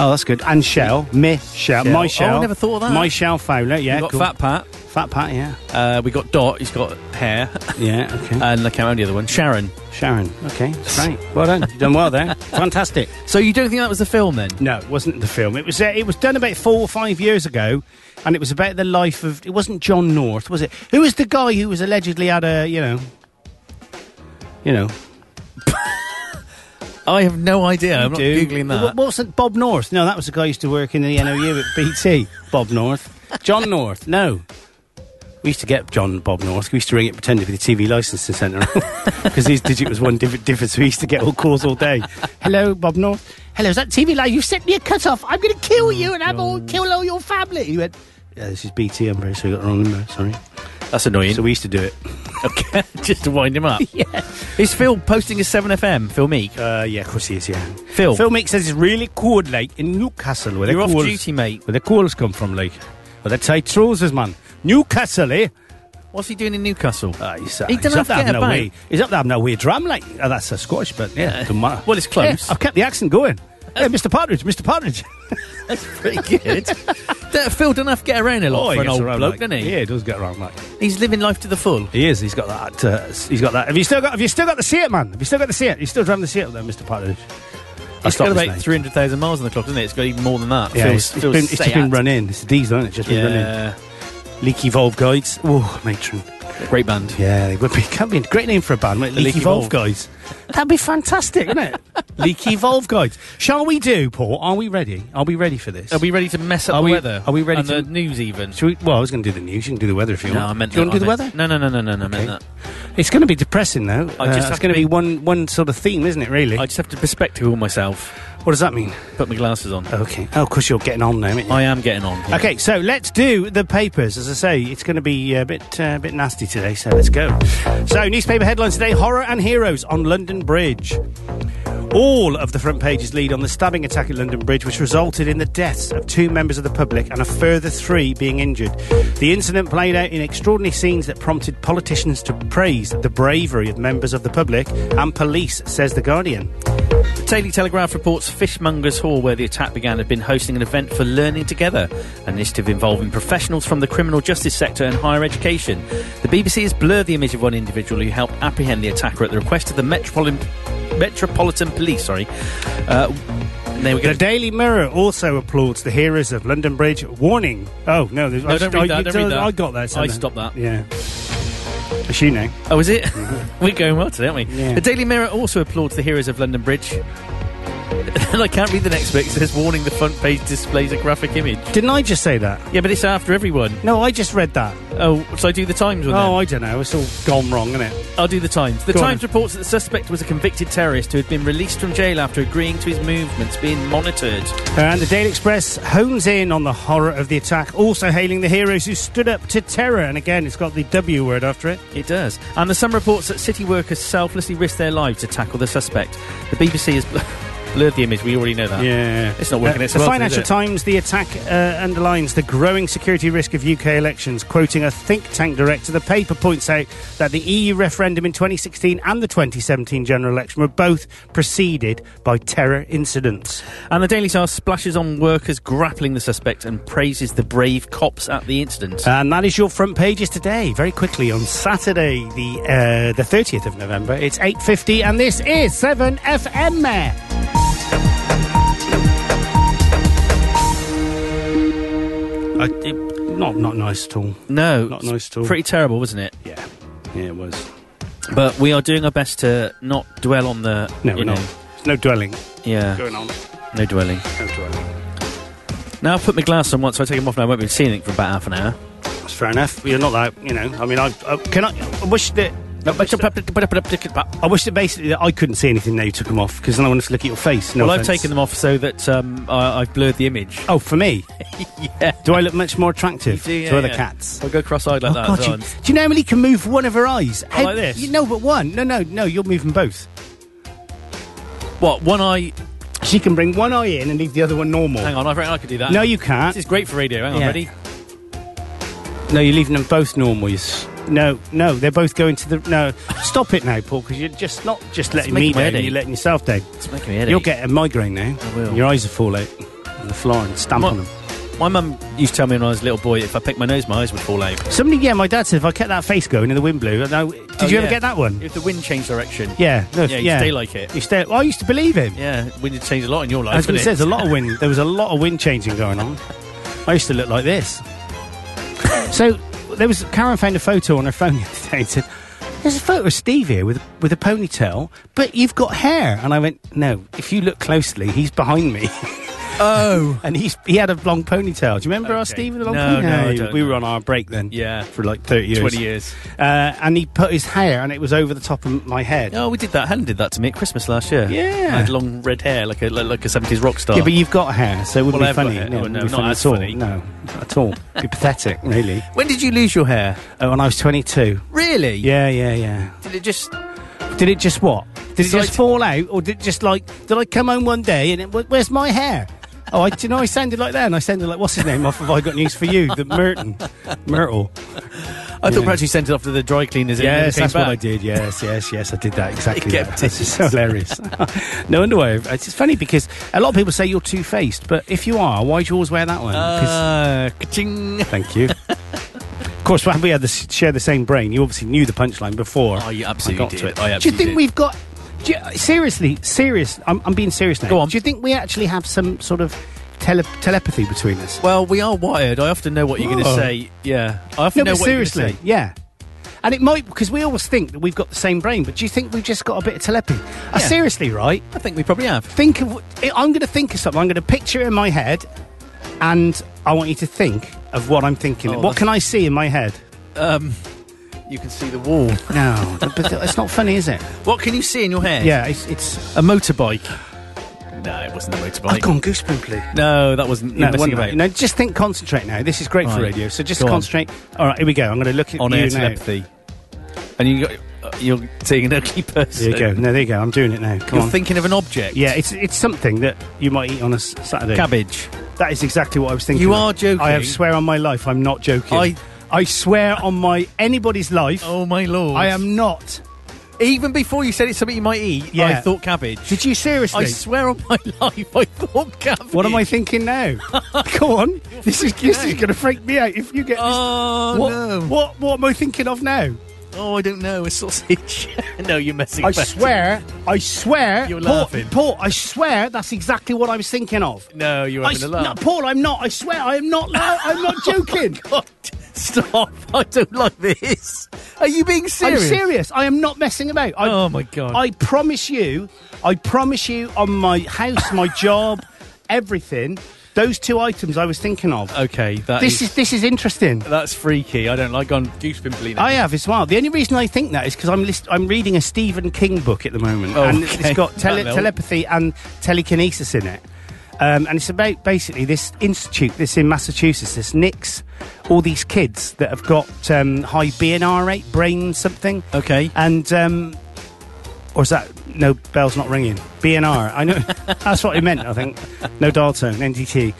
Speaker 3: Oh, that's good. And shell, Michelle,
Speaker 4: Shell.
Speaker 3: my
Speaker 4: Oh,
Speaker 3: shell.
Speaker 4: I never thought of that.
Speaker 3: My shell Fowler. Yeah.
Speaker 4: We've got
Speaker 3: cool.
Speaker 4: Fat Pat.
Speaker 3: Fat Pat. Yeah.
Speaker 4: Uh, we got Dot. He's got hair,
Speaker 3: Yeah. Okay.
Speaker 4: and I can't remember the other one. Sharon.
Speaker 3: Sharon. Okay. That's great. Well done. You've done well there. (laughs) Fantastic.
Speaker 4: So you don't think that was the film then?
Speaker 3: No, it wasn't the film. It was uh, it was done about four or five years ago, and it was about the life of. It wasn't John North, was it? Who was the guy who was allegedly had a you know, you know,
Speaker 4: I have no idea. I'm not
Speaker 3: dude-
Speaker 4: googling
Speaker 3: What,
Speaker 4: that.
Speaker 3: what's it? Bob North? No, that was the guy who used to work in the NOU at (laughs) BT. Bob North, John North. No. We used to get John Bob North. We used to ring it pretending for the TV licensing centre (laughs) because his digit was one diff- difference. We used to get all calls all day. Hello, Bob North. Hello, is that TV live? You sent me a cut off. I'm going to kill you and I'm all kill all your family. He went. Yeah, this is BT. I'm very sorry. I got the wrong number. Sorry.
Speaker 4: That's annoying.
Speaker 3: So we used to do it.
Speaker 4: (laughs) okay, just to wind
Speaker 3: (laughs)
Speaker 4: him up. yeah. Is Phil posting his 7FM? Phil Meek.
Speaker 3: Uh, yeah, of course he is. Yeah.
Speaker 4: Phil.
Speaker 3: Phil Meek says it's really cold, like in Newcastle. Where the
Speaker 4: You're off
Speaker 3: coals-
Speaker 4: duty, mate.
Speaker 3: Where the coals come from, like. Where the tight trousers, man. Newcastle, eh?
Speaker 4: What's he doing in Newcastle?
Speaker 3: Uh, he's, uh,
Speaker 4: He doesn't
Speaker 3: he's up
Speaker 4: have to
Speaker 3: there
Speaker 4: get
Speaker 3: having
Speaker 4: about.
Speaker 3: a wee, He's up there having a wee dram, like. Uh, that's a Scottish, but yeah, Uh, don't matter.
Speaker 4: Well, it's close.
Speaker 3: Yeah, I've kept the accent going. Hey, Mr. Partridge, Mr. Partridge.
Speaker 4: That's pretty good.
Speaker 3: (laughs)
Speaker 4: Don't- Phil doesn't have to get around a lot for an
Speaker 3: Oh, gets
Speaker 4: old
Speaker 3: around,
Speaker 4: bloke,
Speaker 3: like.
Speaker 4: doesn't he?
Speaker 3: Yeah, he does get around, like.
Speaker 4: He's living life to the full.
Speaker 3: He is. He's got that. Uh, s- he's got that. Have you still got? Have you still got the seat, man? Have you still got the seat? You still driving the seat up there, Mr. Partridge?
Speaker 4: It's
Speaker 3: stopped
Speaker 4: got
Speaker 3: his
Speaker 4: about
Speaker 3: name.
Speaker 4: 300,000 miles on the clock, doesn't it? It's got even more than that.
Speaker 3: Yeah,
Speaker 4: Phil's-
Speaker 3: it's, it's
Speaker 4: Phil's
Speaker 3: been, it's just
Speaker 4: Seat.
Speaker 3: been run in. It's a diesel, isn't it? It's just been run in.
Speaker 4: Yeah.
Speaker 3: Leaky Valve Guides. Oh, matron.
Speaker 4: Great band.
Speaker 3: Yeah, they would be. (laughs) Can't be a great name for a band, wouldn't it?
Speaker 4: The
Speaker 3: Leaky,
Speaker 4: Leaky
Speaker 3: Valve
Speaker 4: Valve.
Speaker 3: Guides. That'd be fantastic, wouldn't
Speaker 4: (laughs)
Speaker 3: it? Leaky Valve Guides. Shall we do, Paul? Are we ready? Are we ready for this?
Speaker 4: Are we ready to mess up
Speaker 3: Are
Speaker 4: the
Speaker 3: we-
Speaker 4: weather?
Speaker 3: are we ready
Speaker 4: and
Speaker 3: to-
Speaker 4: the news even?
Speaker 3: Shall we? Well, I was going to do the news. You can do the weather if you
Speaker 4: No,
Speaker 3: want.
Speaker 4: I meant
Speaker 3: do you
Speaker 4: that,
Speaker 3: want to do
Speaker 4: I
Speaker 3: the
Speaker 4: meant-
Speaker 3: weather?
Speaker 4: No, no, no, no, no, no. I meant that.
Speaker 3: It's going to be depressing, though.
Speaker 4: I just
Speaker 3: uh,
Speaker 4: have
Speaker 3: it's
Speaker 4: to
Speaker 3: going to be
Speaker 4: be-
Speaker 3: one one sort of theme, isn't it? Really?
Speaker 4: I just have to bespectacle myself.
Speaker 3: What does that mean?
Speaker 4: Put my glasses on.
Speaker 3: Okay. Oh, of course you're getting on now, aren't you?
Speaker 4: I am getting on. here.
Speaker 3: Okay, so let's do the papers. As I say, it's going to be a bit uh, a bit nasty today, so let's go. So, newspaper headlines today: Horror and heroes on London Bridge. All of the front pages lead on the stabbing attack at London Bridge, which resulted in the deaths of two members of the public and a further three being injured. The incident played out in extraordinary scenes that prompted politicians to praise the bravery of members of the public and police, says The Guardian.
Speaker 4: The Daily Telegraph reports Fishmongers Hall, where the attack began, had been hosting an event for Learning Together, an initiative involving professionals from the criminal justice sector and higher education. The BBC has blurred the image of one individual who helped apprehend the attacker at the request of the Metropolitan, Metropolitan Police. Sorry. Uh, there we go.
Speaker 3: The Daily Mirror also applauds the heroes of London Bridge, warning. Oh no, there's,
Speaker 4: No, don't read that, don't read that.
Speaker 3: I got that. so
Speaker 4: I
Speaker 3: then-
Speaker 4: stopped that.
Speaker 3: Yeah. It's you now.
Speaker 4: Oh,
Speaker 3: (laughs)
Speaker 4: is it? (laughs) We're going well today, aren't we?
Speaker 3: Yeah.
Speaker 4: The Daily Mirror also applauds the heroes of London Bridge. (laughs) and I can't read the next bit. It says, warning the front page displays a graphic image.
Speaker 3: Didn't I just say that?
Speaker 4: Yeah, but it's after everyone.
Speaker 3: No, I just read that.
Speaker 4: Oh, so I do the Times one
Speaker 3: Oh,
Speaker 4: then?
Speaker 3: I don't know. It's all gone wrong, isn't it?
Speaker 4: I'll do the Times. The
Speaker 3: Go on
Speaker 4: Times
Speaker 3: then.
Speaker 4: reports that the suspect was a convicted terrorist who had been released from jail after agreeing to his movements being monitored.
Speaker 3: Uh, And the Daily Express hones in on the horror of the attack, also hailing the heroes who stood up to terror. And again, it's got the W word after it.
Speaker 4: It does. And the Sun reports that city workers selflessly risked their lives to tackle the suspect. The BBC has bl- (laughs) blurred the image. We already know that.
Speaker 3: Yeah.
Speaker 4: It's not working
Speaker 3: Uh,
Speaker 4: its
Speaker 3: The
Speaker 4: well,
Speaker 3: Financial
Speaker 4: is it?
Speaker 3: Times, the attack uh, underlines the growing security risk of UK elections. Quoting a think tank director, the paper points out that the EU referendum in 2016 and the 2017 general election were both preceded by terror incidents.
Speaker 4: And the Daily Star splashes on workers grappling the suspect and praises the brave cops at the incident.
Speaker 3: And that is your front pages today. Very quickly on Saturday, the uh, the 30th of November. It's 8:50, and this is 7FM. I, it, not not nice at all.
Speaker 4: no,
Speaker 3: Not
Speaker 4: it's
Speaker 3: nice at all.
Speaker 4: Pretty terrible, wasn't it?
Speaker 3: Yeah, yeah, it was.
Speaker 4: But we are doing our best to not dwell on the.
Speaker 3: No,
Speaker 4: you
Speaker 3: we're not.
Speaker 4: know,
Speaker 3: There's no dwelling
Speaker 4: Yeah,
Speaker 3: going on.
Speaker 4: no dwelling.
Speaker 3: No dwelling.
Speaker 4: Now I've put my glass on once, so I take them off and I won't be seeing anything for about half an hour.
Speaker 3: That's fair enough. You're not that, you know. I mean, I, I can I, I wish that. I wish that, I wish that basically that I couldn't see anything now you took them off because then I wanted to look at your face. No
Speaker 4: well, I've
Speaker 3: offense.
Speaker 4: taken them off so that um, I, I've blurred
Speaker 3: (laughs)
Speaker 4: the image. (laughs)
Speaker 3: Oh, for me,
Speaker 4: yeah.
Speaker 3: do I look much more attractive
Speaker 4: do, yeah,
Speaker 3: to other
Speaker 4: yeah.
Speaker 3: cats?
Speaker 4: I go cross-eyed like that.
Speaker 3: God,
Speaker 4: as
Speaker 3: you,
Speaker 4: well.
Speaker 3: do you know how many can move one of her eyes? How-
Speaker 4: like this?
Speaker 3: You, no, but one. No, no, no. You're moving both.
Speaker 4: What? One eye?
Speaker 3: She can bring one eye in and leave the other one normal.
Speaker 4: Hang on, I reckon I could do that.
Speaker 3: No, you
Speaker 4: This
Speaker 3: can't.
Speaker 4: is great for radio. Hang on,
Speaker 3: Yeah.
Speaker 4: ready?
Speaker 3: No, you're leaving them both normal. you s- No, no, they're both going to the. No, stop it now, Paul, because you're just not just letting me
Speaker 4: making my
Speaker 3: down.
Speaker 4: head ache.
Speaker 3: You're letting yourself down.
Speaker 4: It's making me headache.
Speaker 3: You'll get a migraine now.
Speaker 4: will.
Speaker 3: Your eyes will fall out on the floor and stamp
Speaker 4: My,
Speaker 3: on them.
Speaker 4: my mum used to tell me when I was a little boy, if I picked my nose, my eyes would fall out.
Speaker 3: Somebody, yeah, my dad said if I kept that face going and the wind blew. I know- did
Speaker 4: Oh,
Speaker 3: you ever
Speaker 4: yeah.
Speaker 3: get that one?
Speaker 4: If the wind changed direction,
Speaker 3: yeah, no,
Speaker 4: Yeah, you stay like it.
Speaker 3: You stay. Well, I used to believe him.
Speaker 4: yeah, wind had changed a lot in your life.
Speaker 3: As we
Speaker 4: didn't
Speaker 3: said, there's
Speaker 4: it?
Speaker 3: a lot of wind. There was a lot of wind changing going on. I used to look like this. so there was Karen found a photo on her phone the other day and said, "There's a photo of Steve here with with a ponytail, but you've got hair." And I went, "No, if you look closely, he's behind me." (laughs) Oh, and he's he had a long ponytail. Do you remember our
Speaker 4: Okay.
Speaker 3: Steve with a long
Speaker 4: No,
Speaker 3: ponytail?
Speaker 4: no, I don't
Speaker 3: we were
Speaker 4: know.
Speaker 3: on our break then.
Speaker 4: Yeah.
Speaker 3: for like thirty years.
Speaker 4: 20 years.
Speaker 3: Uh, and he put his hair, and it was over the top of my head.
Speaker 4: Oh, we did that. Helen did that to me at Christmas last year.
Speaker 3: Yeah.
Speaker 4: I had long red hair like a like, like a seventies rock star.
Speaker 3: Yeah, but you've got hair, so it wouldn't
Speaker 4: Well,
Speaker 3: be
Speaker 4: I've got
Speaker 3: funny.
Speaker 4: hair.
Speaker 3: No,
Speaker 4: Oh,
Speaker 3: it wouldn't
Speaker 4: no,
Speaker 3: be
Speaker 4: not
Speaker 3: funny
Speaker 4: as
Speaker 3: at all.
Speaker 4: funny.
Speaker 3: No, not at all. It'd be
Speaker 4: (laughs)
Speaker 3: pathetic, really.
Speaker 4: when did you lose your hair?
Speaker 3: Oh, when I was 22.
Speaker 4: Really?
Speaker 3: Yeah, yeah, yeah.
Speaker 4: Did it just?
Speaker 3: Did it just what? Did it
Speaker 4: It's like-
Speaker 3: just fall out, or did it just like? Did I come home one day and it, "Where- where's my hair? Oh, I, do you know I sounded like that? And I sounded like what's his name? off of I got news for you, the Merton,
Speaker 4: (laughs)
Speaker 3: Myrtle.
Speaker 4: I thought perhaps you sent it off to the dry cleaners. and it
Speaker 3: Yes,
Speaker 4: never came
Speaker 3: that's what I
Speaker 4: back.
Speaker 3: did. Yes, yes, yes, I did
Speaker 4: (laughs)
Speaker 3: that exactly.
Speaker 4: It
Speaker 3: That.
Speaker 4: kept
Speaker 3: This is so hilarious. (laughs) no wonder why. It's just funny because a lot of people say you're two faced, but if you are, why do you always wear that one? 'Cause-
Speaker 4: Uh, ka-ching.
Speaker 3: Thank you. of course, when we had the, share the same brain, you obviously knew the punchline before.
Speaker 4: Oh, you
Speaker 3: I
Speaker 4: absolutely
Speaker 3: got
Speaker 4: did.
Speaker 3: To it.
Speaker 4: I
Speaker 3: do you
Speaker 4: absolutely
Speaker 3: think
Speaker 4: did.
Speaker 3: we've got? Do you, seriously, serious. I'm, I'm being serious now.
Speaker 4: Go on.
Speaker 3: Do you think we actually have some sort of tele, telepathy between us?
Speaker 4: Well, we are wired. I often know what you're going to
Speaker 3: Oh.
Speaker 4: say. Yeah, I often
Speaker 3: no,
Speaker 4: know
Speaker 3: but
Speaker 4: what
Speaker 3: seriously,
Speaker 4: You're gonna say.
Speaker 3: yeah. And it might because we always think that we've got the same brain, but do you think we've just got a bit of telepathy? Uh,
Speaker 4: Yeah.
Speaker 3: seriously, right?
Speaker 4: I think we probably have.
Speaker 3: Think of. I'm going to think of something. I'm going to picture it in my head, and I want you to think of what I'm thinking.
Speaker 4: Oh,
Speaker 3: what
Speaker 4: that's-
Speaker 3: can I see in my head?
Speaker 4: You can see the wall.
Speaker 3: No, but it's not funny, is it?
Speaker 4: what can you see in your hair?
Speaker 3: Yeah, it's. it's
Speaker 4: a motorbike. No, it wasn't a motorbike.
Speaker 3: I've gone goosebumply.
Speaker 4: No, that wasn't. you're
Speaker 3: Oh, No,
Speaker 4: messing
Speaker 3: one,
Speaker 4: about.
Speaker 3: no, just think, concentrate now. This is great
Speaker 4: Right.
Speaker 3: for radio, so just
Speaker 4: Go on.
Speaker 3: concentrate. All right, here we go. I'm going to look at
Speaker 4: on
Speaker 3: you
Speaker 4: air
Speaker 3: now.
Speaker 4: telepathy. And you got, uh, you're seeing an ugly person.
Speaker 3: There you go. No, there you go. I'm doing it now. Come
Speaker 4: You're
Speaker 3: on.
Speaker 4: thinking of an object.
Speaker 3: yeah, it's it's something that you might eat on a s- Saturday.
Speaker 4: Cabbage.
Speaker 3: That is exactly what I was thinking.
Speaker 4: You
Speaker 3: of.
Speaker 4: are joking.
Speaker 3: I have swear on my life, I'm not joking.
Speaker 4: I-
Speaker 3: I swear on my anybody's life,
Speaker 4: Oh my lord!
Speaker 3: I am not.
Speaker 4: Even before you said it's something you might eat,
Speaker 3: Yeah.
Speaker 4: I thought cabbage.
Speaker 3: Did you seriously?
Speaker 4: I swear on my (laughs) life, I thought cabbage.
Speaker 3: what am I thinking now? (laughs) Go on. This is this is
Speaker 4: out.
Speaker 3: going to freak me out if you get this
Speaker 4: Oh
Speaker 3: what,
Speaker 4: no!
Speaker 3: what what am I thinking of now?
Speaker 4: Oh, I don't know. A sausage. (laughs) no, you're messing.
Speaker 3: I
Speaker 4: (laughs) about.
Speaker 3: swear, I swear,
Speaker 4: You're
Speaker 3: Paul,
Speaker 4: laughing.
Speaker 3: Paul, I swear that's exactly what I was thinking of.
Speaker 4: No, you're
Speaker 3: I
Speaker 4: having a
Speaker 3: s-
Speaker 4: laugh.
Speaker 3: no, Paul, I'm not. I swear, I am not. la- I'm
Speaker 4: (laughs)
Speaker 3: not joking.
Speaker 4: God, stop! (laughs) I don't like this. Are you being
Speaker 3: I'm
Speaker 4: serious?
Speaker 3: serious. I am not messing about. I,
Speaker 4: Oh, my God.
Speaker 3: I promise you. I promise you on my house, my
Speaker 4: (laughs)
Speaker 3: job, everything. Those two items I was thinking of.
Speaker 4: Okay, that
Speaker 3: this is this is interesting.
Speaker 4: that's freaky. I don't like on goose pimply. now.
Speaker 3: I have as well. The only reason I think that is because I'm list- I'm reading a Stephen King book at the moment,
Speaker 4: Oh,
Speaker 3: and
Speaker 4: okay.
Speaker 3: it's got tele-
Speaker 4: That'll-
Speaker 3: telepathy and telekinesis in it. Um, and it's about basically this institute that's in Massachusetts, this NICS, all these kids that have got um, high BNR rate, brain something.
Speaker 4: Okay.
Speaker 3: And, um, or is that, no, bell's not ringing. BNR, I know, (laughs) that's what it meant, I think. No dial tone, NDT,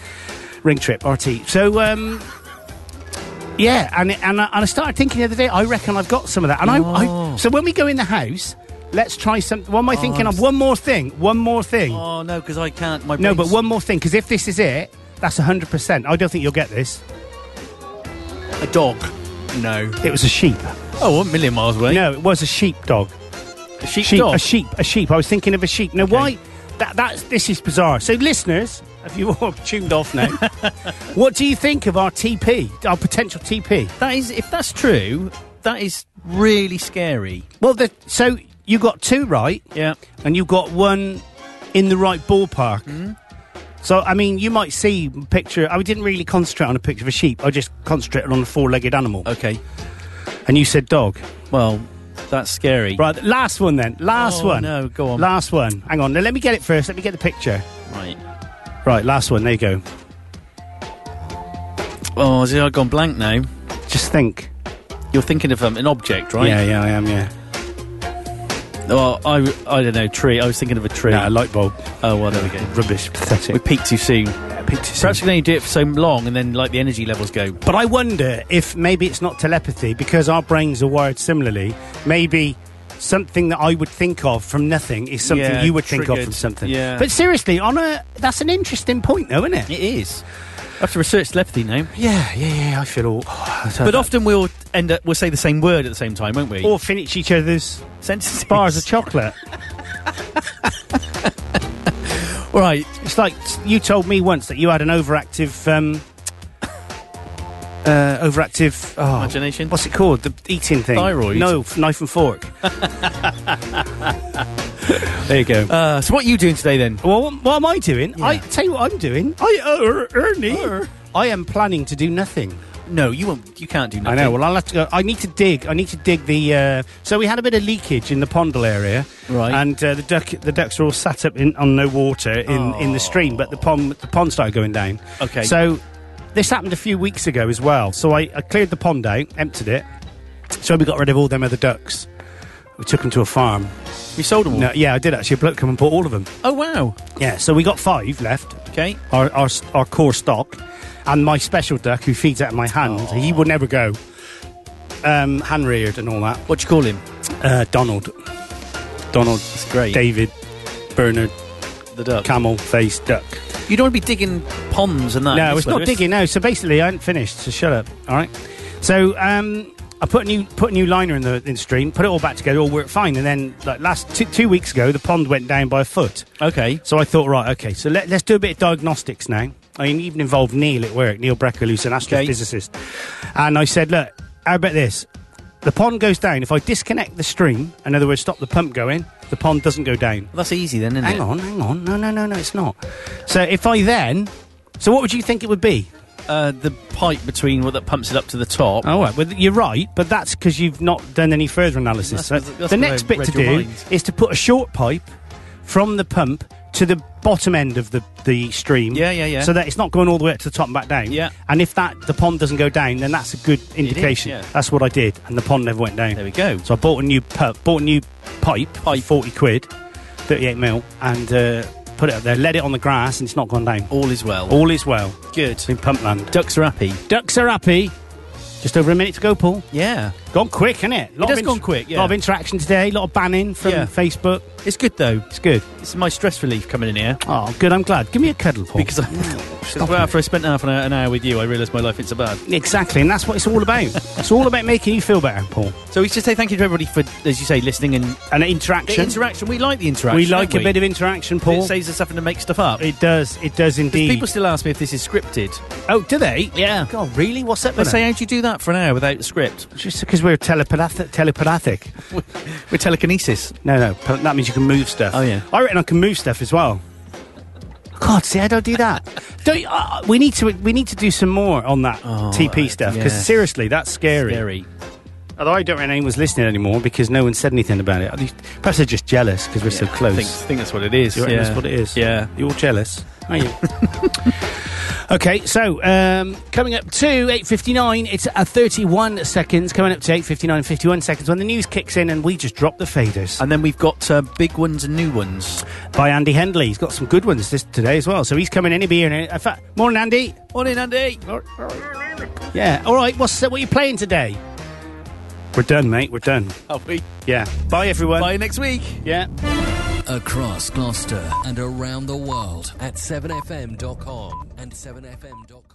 Speaker 3: ring trip, RT. So, um, yeah, and it, and, I, and I started thinking the other day. I reckon I've got some of that. And I, I so when we go in the house, let's try some. What am I thinking of? One more thing. One more thing.
Speaker 4: Oh no, because I can't. My
Speaker 3: no, but
Speaker 4: brain's-
Speaker 3: one more thing. Because if this is it, that's hundred percent. I don't think you'll get this.
Speaker 4: a dog. No.
Speaker 3: It was a sheep.
Speaker 4: Oh, a million miles away.
Speaker 3: No, it was a sheep dog.
Speaker 4: a sheep,
Speaker 3: Sheep.
Speaker 4: dog.
Speaker 3: A sheep. A sheep. I was thinking of a sheep. Now why? That that's this is bizarre. So listeners, if you (laughs) all tuned off
Speaker 4: (laughs)
Speaker 3: now, what do you think of our TP? Our potential TP?
Speaker 4: That is, if that's true, that is really scary.
Speaker 3: Well, the, so you got two right.
Speaker 4: Yeah. Hmm?
Speaker 3: and you got one in the right ballpark. So, I mean, you might see picture. I didn't really concentrate on a picture of a sheep. I just concentrated on a four-legged animal.
Speaker 4: Okay.
Speaker 3: And you said dog.
Speaker 4: Well, that's scary.
Speaker 3: Right, last one then. Last
Speaker 4: Oh,
Speaker 3: one.
Speaker 4: no, go on.
Speaker 3: Last one. Hang on. Now, let me get it first. Let me get the picture.
Speaker 4: Right.
Speaker 3: Right, last one. There you go.
Speaker 4: Oh, see, I've gone blank now.
Speaker 3: Just think.
Speaker 4: You're thinking of um, an object, right?
Speaker 3: Yeah, yeah, I am. Yeah.
Speaker 4: Well, I, w- I don't know, tree. I was thinking of a tree.
Speaker 3: Nah, light bulb.
Speaker 4: oh, well, there we go.
Speaker 3: Rubbish. Pathetic.
Speaker 4: We peaked too soon. Perhaps we can only do it for so long and then, like, the energy levels go.
Speaker 3: But I wonder if maybe it's not telepathy because our brains are wired similarly. Maybe something that I would think of from nothing is something
Speaker 4: Yeah,
Speaker 3: you would think of
Speaker 4: triggered.
Speaker 3: from something.
Speaker 4: Yeah.
Speaker 3: But seriously, on a that's an interesting point, though, isn't it?
Speaker 4: It is. I have to research telepathy now.
Speaker 3: Yeah, yeah, yeah. I feel all. (sighs)
Speaker 4: But often we'll end up, we'll say the same word at the same time, won't we?
Speaker 3: or finish each other's (laughs)
Speaker 4: sentences.
Speaker 3: bars of chocolate.
Speaker 4: Right.
Speaker 3: It's like you told me once that you had an overactive. Um, Uh, overactive oh,
Speaker 4: Imagination?
Speaker 3: What's it called? The eating thing.
Speaker 4: Thyroid?
Speaker 3: No, f- knife and fork. (laughs) there you go.
Speaker 4: Uh, so what are you doing today then?
Speaker 3: Well, what, what am I doing? I tell you what I'm doing. I uh, er, Ernie, I am planning to do nothing.
Speaker 4: No, you won't. You can't do
Speaker 3: I
Speaker 4: nothing.
Speaker 3: know. Well, I'll have to go. I need to dig. I need to dig the. Uh, so we had a bit of leakage in the pondal area,
Speaker 4: Right.
Speaker 3: And uh, the duck, the ducks are all sat up in, on no water in, in the stream, but the pond, the pond started going down.
Speaker 4: Okay.
Speaker 3: So this happened a few weeks ago as well. So I, I cleared the pond out, emptied it. So we got rid of all them other ducks. We took them to a farm.
Speaker 4: We sold them all.
Speaker 3: No, yeah, I did actually. A bloke come and bought all of them.
Speaker 4: Oh wow.
Speaker 3: Yeah, so we got five left
Speaker 4: Okay.
Speaker 3: our, our, our core stock, and my special duck who feeds out of my hand. He will never go. Um, hand reared and all that.
Speaker 4: What do you call him?
Speaker 3: Uh, Donald. Donald.
Speaker 4: That's great.
Speaker 3: David. Bernard.
Speaker 4: The duck.
Speaker 3: Camel faced duck.
Speaker 4: You don't want to be digging ponds and that.
Speaker 3: No,
Speaker 4: This
Speaker 3: it's not
Speaker 4: weather, is-
Speaker 3: digging. No, so basically, I hadn't finished. So shut up. All right. So um, I put a new put a new liner in the in the stream. Put it all back together. All worked fine. And then like last two, two weeks ago, the pond went down by a foot.
Speaker 4: Okay.
Speaker 3: So I thought, right, okay, so let, let's do a bit of diagnostics now. I mean, even involved Neil at work, Neil Brecker, who's an astrophysicist. And I said, look, how about this? The pond goes down. If I disconnect the stream, in other words, stop the pump going, the pond doesn't go down.
Speaker 4: Well, that's easy then, isn't
Speaker 3: Hang
Speaker 4: it?
Speaker 3: on, hang on. No, no, no, no, it's not. So if I then. So what would you think it would be?
Speaker 4: Uh, the pipe between what that pumps it up to the top.
Speaker 3: Oh, well, well, you're right, but that's because you've not done any further analysis.
Speaker 4: That's-
Speaker 3: So
Speaker 4: that's
Speaker 3: the
Speaker 4: what I
Speaker 3: next bit
Speaker 4: read
Speaker 3: to
Speaker 4: your
Speaker 3: do
Speaker 4: mind.
Speaker 3: is to put a short pipe from the pump to the bottom end of the, the stream.
Speaker 4: Yeah, yeah, yeah.
Speaker 3: So that it's not going all the way up to the top and back down.
Speaker 4: Yeah.
Speaker 3: And if that the pond doesn't go down, then that's a good indication.
Speaker 4: yeah.
Speaker 3: That's what I did, and the pond never went down.
Speaker 4: There we go.
Speaker 3: So I bought a new pu- bought a new pipe, pipe. forty quid, thirty eight mil, and uh, put it up there. Let it on the grass, and it's not gone down.
Speaker 4: All is well.
Speaker 3: All is well.
Speaker 4: good.
Speaker 3: It's in pumpland.
Speaker 4: Ducks are happy.
Speaker 3: Ducks are happy. Just over a minute to go, Paul.
Speaker 4: Yeah.
Speaker 3: Gone quick, isn't it? Lot
Speaker 4: It has
Speaker 3: of
Speaker 4: gone quick, yeah.
Speaker 3: lot of interaction today. A lot of banning from
Speaker 4: Yeah.
Speaker 3: Facebook.
Speaker 4: It's good though.
Speaker 3: It's good.
Speaker 4: It's my stress relief coming in here
Speaker 3: Oh, good. I'm glad. Give me a cuddle, Paul.
Speaker 4: because I, (laughs) because after I spent half an hour, an hour with you, I realised my life isn't so bad.
Speaker 3: exactly, and that's what it's all (laughs) about. it's all about making you feel better, Paul.
Speaker 4: So we should say thank you to everybody for, as you say, listening and
Speaker 3: And
Speaker 4: the
Speaker 3: interaction.
Speaker 4: interaction. We like the interaction.
Speaker 3: we like
Speaker 4: don't
Speaker 3: a bit of interaction, Paul.
Speaker 4: It saves us having to make stuff up.
Speaker 3: It does. It does indeed.
Speaker 4: People still ask me if this is scripted.
Speaker 3: oh, do they?
Speaker 4: Yeah.
Speaker 3: God, really? What's up
Speaker 4: I
Speaker 3: with
Speaker 4: say,
Speaker 3: that?
Speaker 4: how do you do that for an hour without a script?
Speaker 3: Just because we're telepathic. Telepathic.
Speaker 4: With telekinesis.
Speaker 3: No, no. pe- That means you can move stuff.
Speaker 4: Oh, yeah.
Speaker 3: I reckon I can move stuff as well. God, see, I don't do that. (laughs) don't. Uh, we need to. We need to do some more on that TP stuff because
Speaker 4: yes.
Speaker 3: seriously, that's Oh, scary.
Speaker 4: Very.
Speaker 3: Although I don't reckon anyone's listening anymore because no one said anything about it. I think- Perhaps they're just jealous because we're so
Speaker 4: I
Speaker 3: close.
Speaker 4: think, think that's what it is.
Speaker 3: Do you reckon
Speaker 4: yeah.
Speaker 3: that's what it is?
Speaker 4: Yeah.
Speaker 3: You're all jealous, are (laughs) you? okay, so um, coming up to 8.59, it's uh, 31 seconds. Coming up to 8.59 51 seconds when the news kicks in and we just drop the faders.
Speaker 4: And then we've got uh, big ones and new ones.
Speaker 3: By Andy Hendley. He's got some good ones this, today as well. So he's coming in. He'll be here in a- in fact. Morning, Andy.
Speaker 4: Morning, Andy.
Speaker 3: Yeah, all right. What's, what are you playing today? We're done, mate. We're done.
Speaker 4: Are we?
Speaker 3: Yeah. Bye, everyone.
Speaker 4: Bye next week.
Speaker 3: Yeah.
Speaker 1: Across Gloucester and around the world at 7fm.com and 7fm.com.